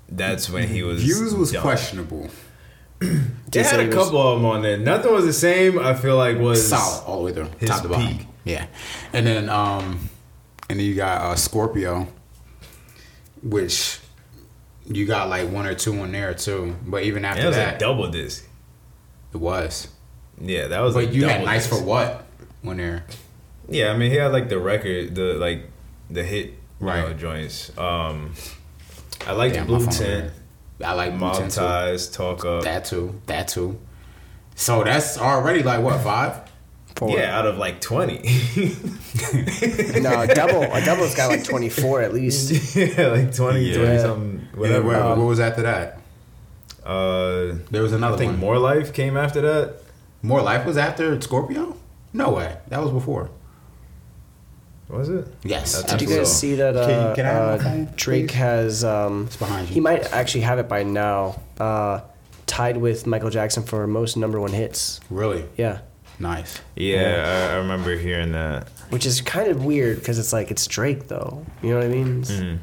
[SPEAKER 3] that's when he was
[SPEAKER 1] Views was
[SPEAKER 3] done.
[SPEAKER 1] questionable.
[SPEAKER 3] They had a
[SPEAKER 2] Did he say he was-
[SPEAKER 3] couple of them on there. Nothing was the same. I feel like was
[SPEAKER 1] solid all the way through,
[SPEAKER 3] his
[SPEAKER 1] top to bottom.
[SPEAKER 3] peak.
[SPEAKER 1] Yeah, and then um, and then you got uh, Scorpio, which you got like one or two in there too. But even
[SPEAKER 3] And it
[SPEAKER 1] after
[SPEAKER 3] was
[SPEAKER 1] that,
[SPEAKER 3] a double disc.
[SPEAKER 1] it was.
[SPEAKER 3] Yeah, that was. a
[SPEAKER 1] But you had
[SPEAKER 3] double
[SPEAKER 1] nice
[SPEAKER 3] disc.
[SPEAKER 1] for what when there?
[SPEAKER 3] Yeah, I mean he had like the record, the like the hit right
[SPEAKER 1] Right.
[SPEAKER 3] joints. Um, I liked
[SPEAKER 1] Damn, my
[SPEAKER 3] Blue
[SPEAKER 1] phone
[SPEAKER 3] Tint,
[SPEAKER 1] I like Blue
[SPEAKER 3] Mob
[SPEAKER 1] Tint too.
[SPEAKER 3] Ties, Talk Up.
[SPEAKER 1] That too. That too. So that's already like what five?
[SPEAKER 2] Four.
[SPEAKER 3] Yeah, out of like 20.
[SPEAKER 2] No, a double. A double's got like 24 at least.
[SPEAKER 3] yeah, like 20,
[SPEAKER 1] Yeah.
[SPEAKER 3] 20 something,
[SPEAKER 1] Yeah,
[SPEAKER 3] whatever.
[SPEAKER 1] what, what was after that?
[SPEAKER 3] Uh,
[SPEAKER 1] There was
[SPEAKER 3] I
[SPEAKER 1] another
[SPEAKER 3] think
[SPEAKER 1] one. More,
[SPEAKER 3] More Life came after that.
[SPEAKER 1] more life was after Scorpio. No way. That was before.
[SPEAKER 3] Was it?
[SPEAKER 1] Yes.
[SPEAKER 3] Did
[SPEAKER 2] Did you
[SPEAKER 1] absolutely.
[SPEAKER 2] guys see that uh,
[SPEAKER 1] Can- can I have my
[SPEAKER 2] uh,
[SPEAKER 1] phone,
[SPEAKER 2] Drake
[SPEAKER 1] please?
[SPEAKER 2] has um,
[SPEAKER 1] It's behind you.
[SPEAKER 2] He might actually have it by now. Uh, tied with Michael Jackson for most number one hits.
[SPEAKER 1] Really
[SPEAKER 2] Yeah.
[SPEAKER 1] nice.
[SPEAKER 3] Yeah, I, I remember hearing that.
[SPEAKER 2] Which is kind of weird because it's like it's Drake though. You know what I mean? It's-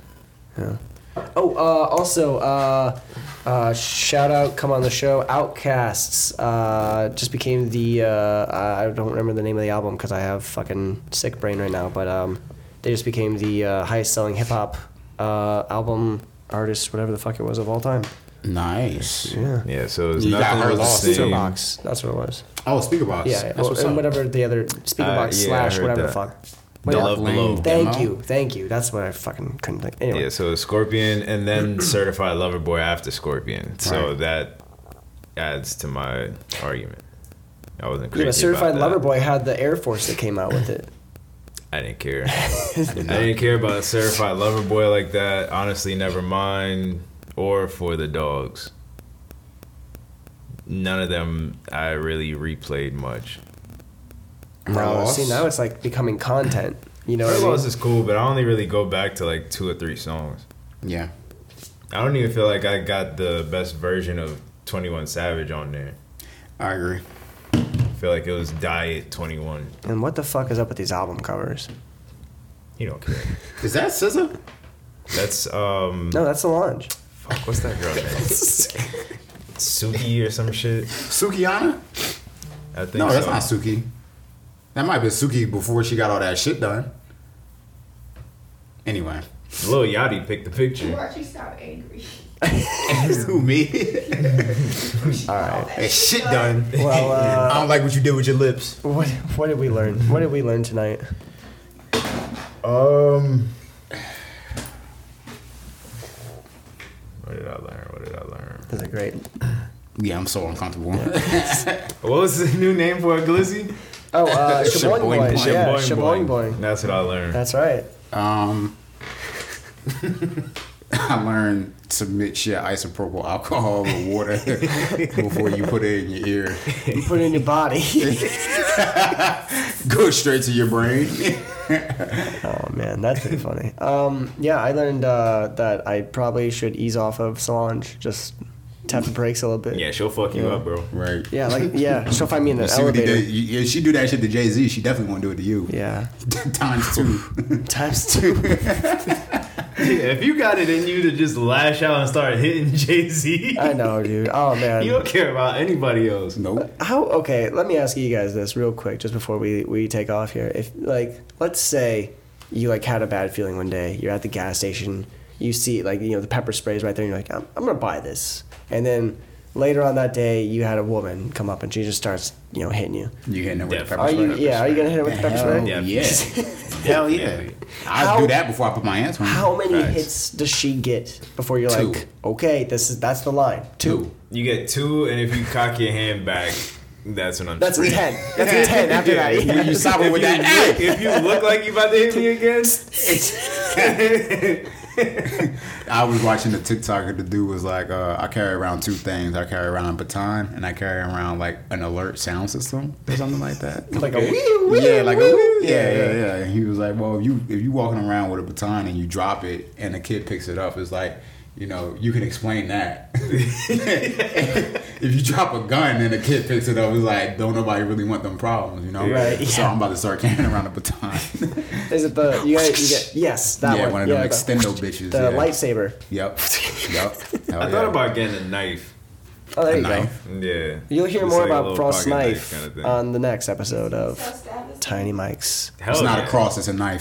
[SPEAKER 2] Yeah. Oh, uh, also, uh, uh, shout out, come on the show, Outcasts. Uh, just became the uh, I don't remember the name of the album because I have fucking sick brain right now. But um, they just became the uh, highest selling hip hop uh, album artist, whatever the fuck it was of all time.
[SPEAKER 1] Nice.
[SPEAKER 2] Yeah.
[SPEAKER 3] Yeah, so it was
[SPEAKER 1] You got
[SPEAKER 3] nothing
[SPEAKER 1] her
[SPEAKER 3] was the
[SPEAKER 1] lost,
[SPEAKER 3] same.
[SPEAKER 2] Speakerbox, that's what it was.
[SPEAKER 1] Oh, speaker box.
[SPEAKER 2] Yeah, yeah.
[SPEAKER 1] That's what's
[SPEAKER 2] and
[SPEAKER 1] up.
[SPEAKER 2] whatever the other speaker
[SPEAKER 3] Uh,
[SPEAKER 2] box
[SPEAKER 3] yeah, I
[SPEAKER 2] slash
[SPEAKER 3] heard
[SPEAKER 2] whatever the
[SPEAKER 3] that.
[SPEAKER 2] fuck.
[SPEAKER 3] The Love
[SPEAKER 1] Lane.
[SPEAKER 3] Below.
[SPEAKER 2] Thank
[SPEAKER 1] Demo?
[SPEAKER 2] you, thank you. That's what I fucking couldn't think. Anyway,
[SPEAKER 3] Yeah, so Scorpion and then Certified Lover Boy after Scorpion. So
[SPEAKER 1] Right.
[SPEAKER 3] that adds to my argument. I wasn't
[SPEAKER 2] yeah,
[SPEAKER 3] crazy.
[SPEAKER 2] but certified
[SPEAKER 3] about that.
[SPEAKER 2] lover boy had the Air Force that came out with it.
[SPEAKER 3] I didn't care. I didn't care about a certified lover boy like that. Honestly, never mind. Or for the dogs. None of them I really replayed much.
[SPEAKER 2] Now,
[SPEAKER 1] Lost.
[SPEAKER 2] see, now it's like becoming content. You know
[SPEAKER 3] Her
[SPEAKER 2] what I
[SPEAKER 3] Loss
[SPEAKER 2] mean?
[SPEAKER 3] is cool, but I only really go back to like two or three songs.
[SPEAKER 1] Yeah.
[SPEAKER 3] I don't even feel like I got the best version of 21 Savage on there.
[SPEAKER 1] I agree.
[SPEAKER 3] I feel like it was Diet 21.
[SPEAKER 2] And what the fuck is up with these album covers?
[SPEAKER 3] You don't care.
[SPEAKER 1] Is that SZA?
[SPEAKER 3] That's, um,
[SPEAKER 2] No, that's the launch.
[SPEAKER 3] fuck, what's that girl name? Suki or some shit?
[SPEAKER 1] Sukiana?
[SPEAKER 3] I think
[SPEAKER 1] No, that's
[SPEAKER 3] so.
[SPEAKER 1] not Suki. That might have been Suki before she got all that shit done. Anyway.
[SPEAKER 3] Lil Yachty picked the picture.
[SPEAKER 4] Why'd you sound angry?
[SPEAKER 1] Who me? Hey,
[SPEAKER 2] All right.
[SPEAKER 1] shit done.
[SPEAKER 2] Well, uh,
[SPEAKER 1] I don't like what you did with your lips.
[SPEAKER 2] what what did we learn? What did we learn tonight?
[SPEAKER 3] Um. What did I learn? What did I learn?
[SPEAKER 2] This is great.
[SPEAKER 1] Yeah, I'm so uncomfortable.
[SPEAKER 3] What was the new name for a glizzy?
[SPEAKER 2] Oh, uh, Shaboing
[SPEAKER 1] Shaboing
[SPEAKER 2] Boing.
[SPEAKER 1] Boing.
[SPEAKER 2] Yeah,
[SPEAKER 3] Shaboing
[SPEAKER 2] Shaboing Boing.
[SPEAKER 3] That's what I learned.
[SPEAKER 2] That's right.
[SPEAKER 1] um, I learned to mix your isopropyl alcohol with water before you put it in your ear.
[SPEAKER 2] You put it in your body.
[SPEAKER 1] Go straight to your brain.
[SPEAKER 2] oh man, that's pretty funny. Um, yeah, I learned uh, that I probably should ease off of Solange. Just tap the brakes a little bit.
[SPEAKER 6] Yeah, she'll fuck you up, bro.
[SPEAKER 1] Right.
[SPEAKER 2] Yeah, like yeah, she'll find me in an
[SPEAKER 1] See what he
[SPEAKER 2] elevator.
[SPEAKER 1] did? You- If she do that shit to Jay Z, she definitely gonna do it to you.
[SPEAKER 2] Yeah,
[SPEAKER 1] Times two.
[SPEAKER 2] times two.
[SPEAKER 6] Yeah, if you got it in you to just lash out and start hitting Jay Z,
[SPEAKER 2] I know, dude. Oh man.
[SPEAKER 6] you don't care about anybody else.
[SPEAKER 1] nope.
[SPEAKER 2] how okay let me ask you guys this real quick just before we we take off here if like let's say you like had a bad feeling one day you're at the gas station you see like you know the pepper sprays right there and you're like i'm, I'm gonna buy this and then later on that day you had a woman come up and she just starts you know hitting you
[SPEAKER 1] You hitting it with the pepper
[SPEAKER 6] Def-
[SPEAKER 2] are
[SPEAKER 1] spray.
[SPEAKER 2] you yeah are you gonna hit her with the pepper
[SPEAKER 1] Hell
[SPEAKER 2] spray
[SPEAKER 1] yeah.
[SPEAKER 6] Yeah.
[SPEAKER 1] Hell Oh, yeah. I'll
[SPEAKER 2] How-
[SPEAKER 1] do that before I put my hands on
[SPEAKER 2] how many
[SPEAKER 1] Facts.
[SPEAKER 2] hits does she get before you're
[SPEAKER 1] Two.
[SPEAKER 2] like okay this is that's the line two,
[SPEAKER 1] Two.
[SPEAKER 3] You get two, and if you cock your hand back, that's when I'm.
[SPEAKER 2] that's a ten that's a ten after that yeah.
[SPEAKER 1] When you stop it with that,
[SPEAKER 3] If
[SPEAKER 1] hey!
[SPEAKER 3] you- if you look like you about to hit me again,
[SPEAKER 1] I was watching the TikTok and the dude was like, uh, I carry around two things. I carry around a baton and I carry around like an alert sound system or something like that.
[SPEAKER 2] like a wee wee
[SPEAKER 1] yeah, like a,
[SPEAKER 2] wee.
[SPEAKER 1] yeah, yeah, yeah. And he was like, well, if you if you walking around with a baton and you drop it and the kid picks it up, it's like, you know, you can explain that. if you drop a gun and a kid picks it up, it's like, don't nobody really want them problems, you know?
[SPEAKER 2] Right,
[SPEAKER 1] So
[SPEAKER 2] yeah.
[SPEAKER 1] I'm about to start carrying around a baton.
[SPEAKER 2] Is it the you got, you got yes that
[SPEAKER 1] yeah,
[SPEAKER 2] one?
[SPEAKER 1] one of them
[SPEAKER 2] yeah, the-
[SPEAKER 1] extendo bitches.
[SPEAKER 2] The
[SPEAKER 1] yeah.
[SPEAKER 2] lightsaber.
[SPEAKER 1] Yep. Yep.
[SPEAKER 6] Oh,
[SPEAKER 1] Hell
[SPEAKER 3] I
[SPEAKER 1] yeah.
[SPEAKER 3] thought about getting a knife.
[SPEAKER 2] Oh, there
[SPEAKER 1] A
[SPEAKER 2] you
[SPEAKER 1] knife.
[SPEAKER 2] go.
[SPEAKER 3] Yeah.
[SPEAKER 2] You'll hear
[SPEAKER 3] Just
[SPEAKER 2] more
[SPEAKER 3] like a
[SPEAKER 2] about
[SPEAKER 3] little
[SPEAKER 2] Frost
[SPEAKER 3] pocket
[SPEAKER 2] Knife Uh,
[SPEAKER 3] kinda thing.
[SPEAKER 2] on the next episode of
[SPEAKER 4] Self-establishment.
[SPEAKER 2] Tiny Mike's.
[SPEAKER 6] Hell
[SPEAKER 1] It's not
[SPEAKER 6] yeah.
[SPEAKER 1] a cross, it's a knife.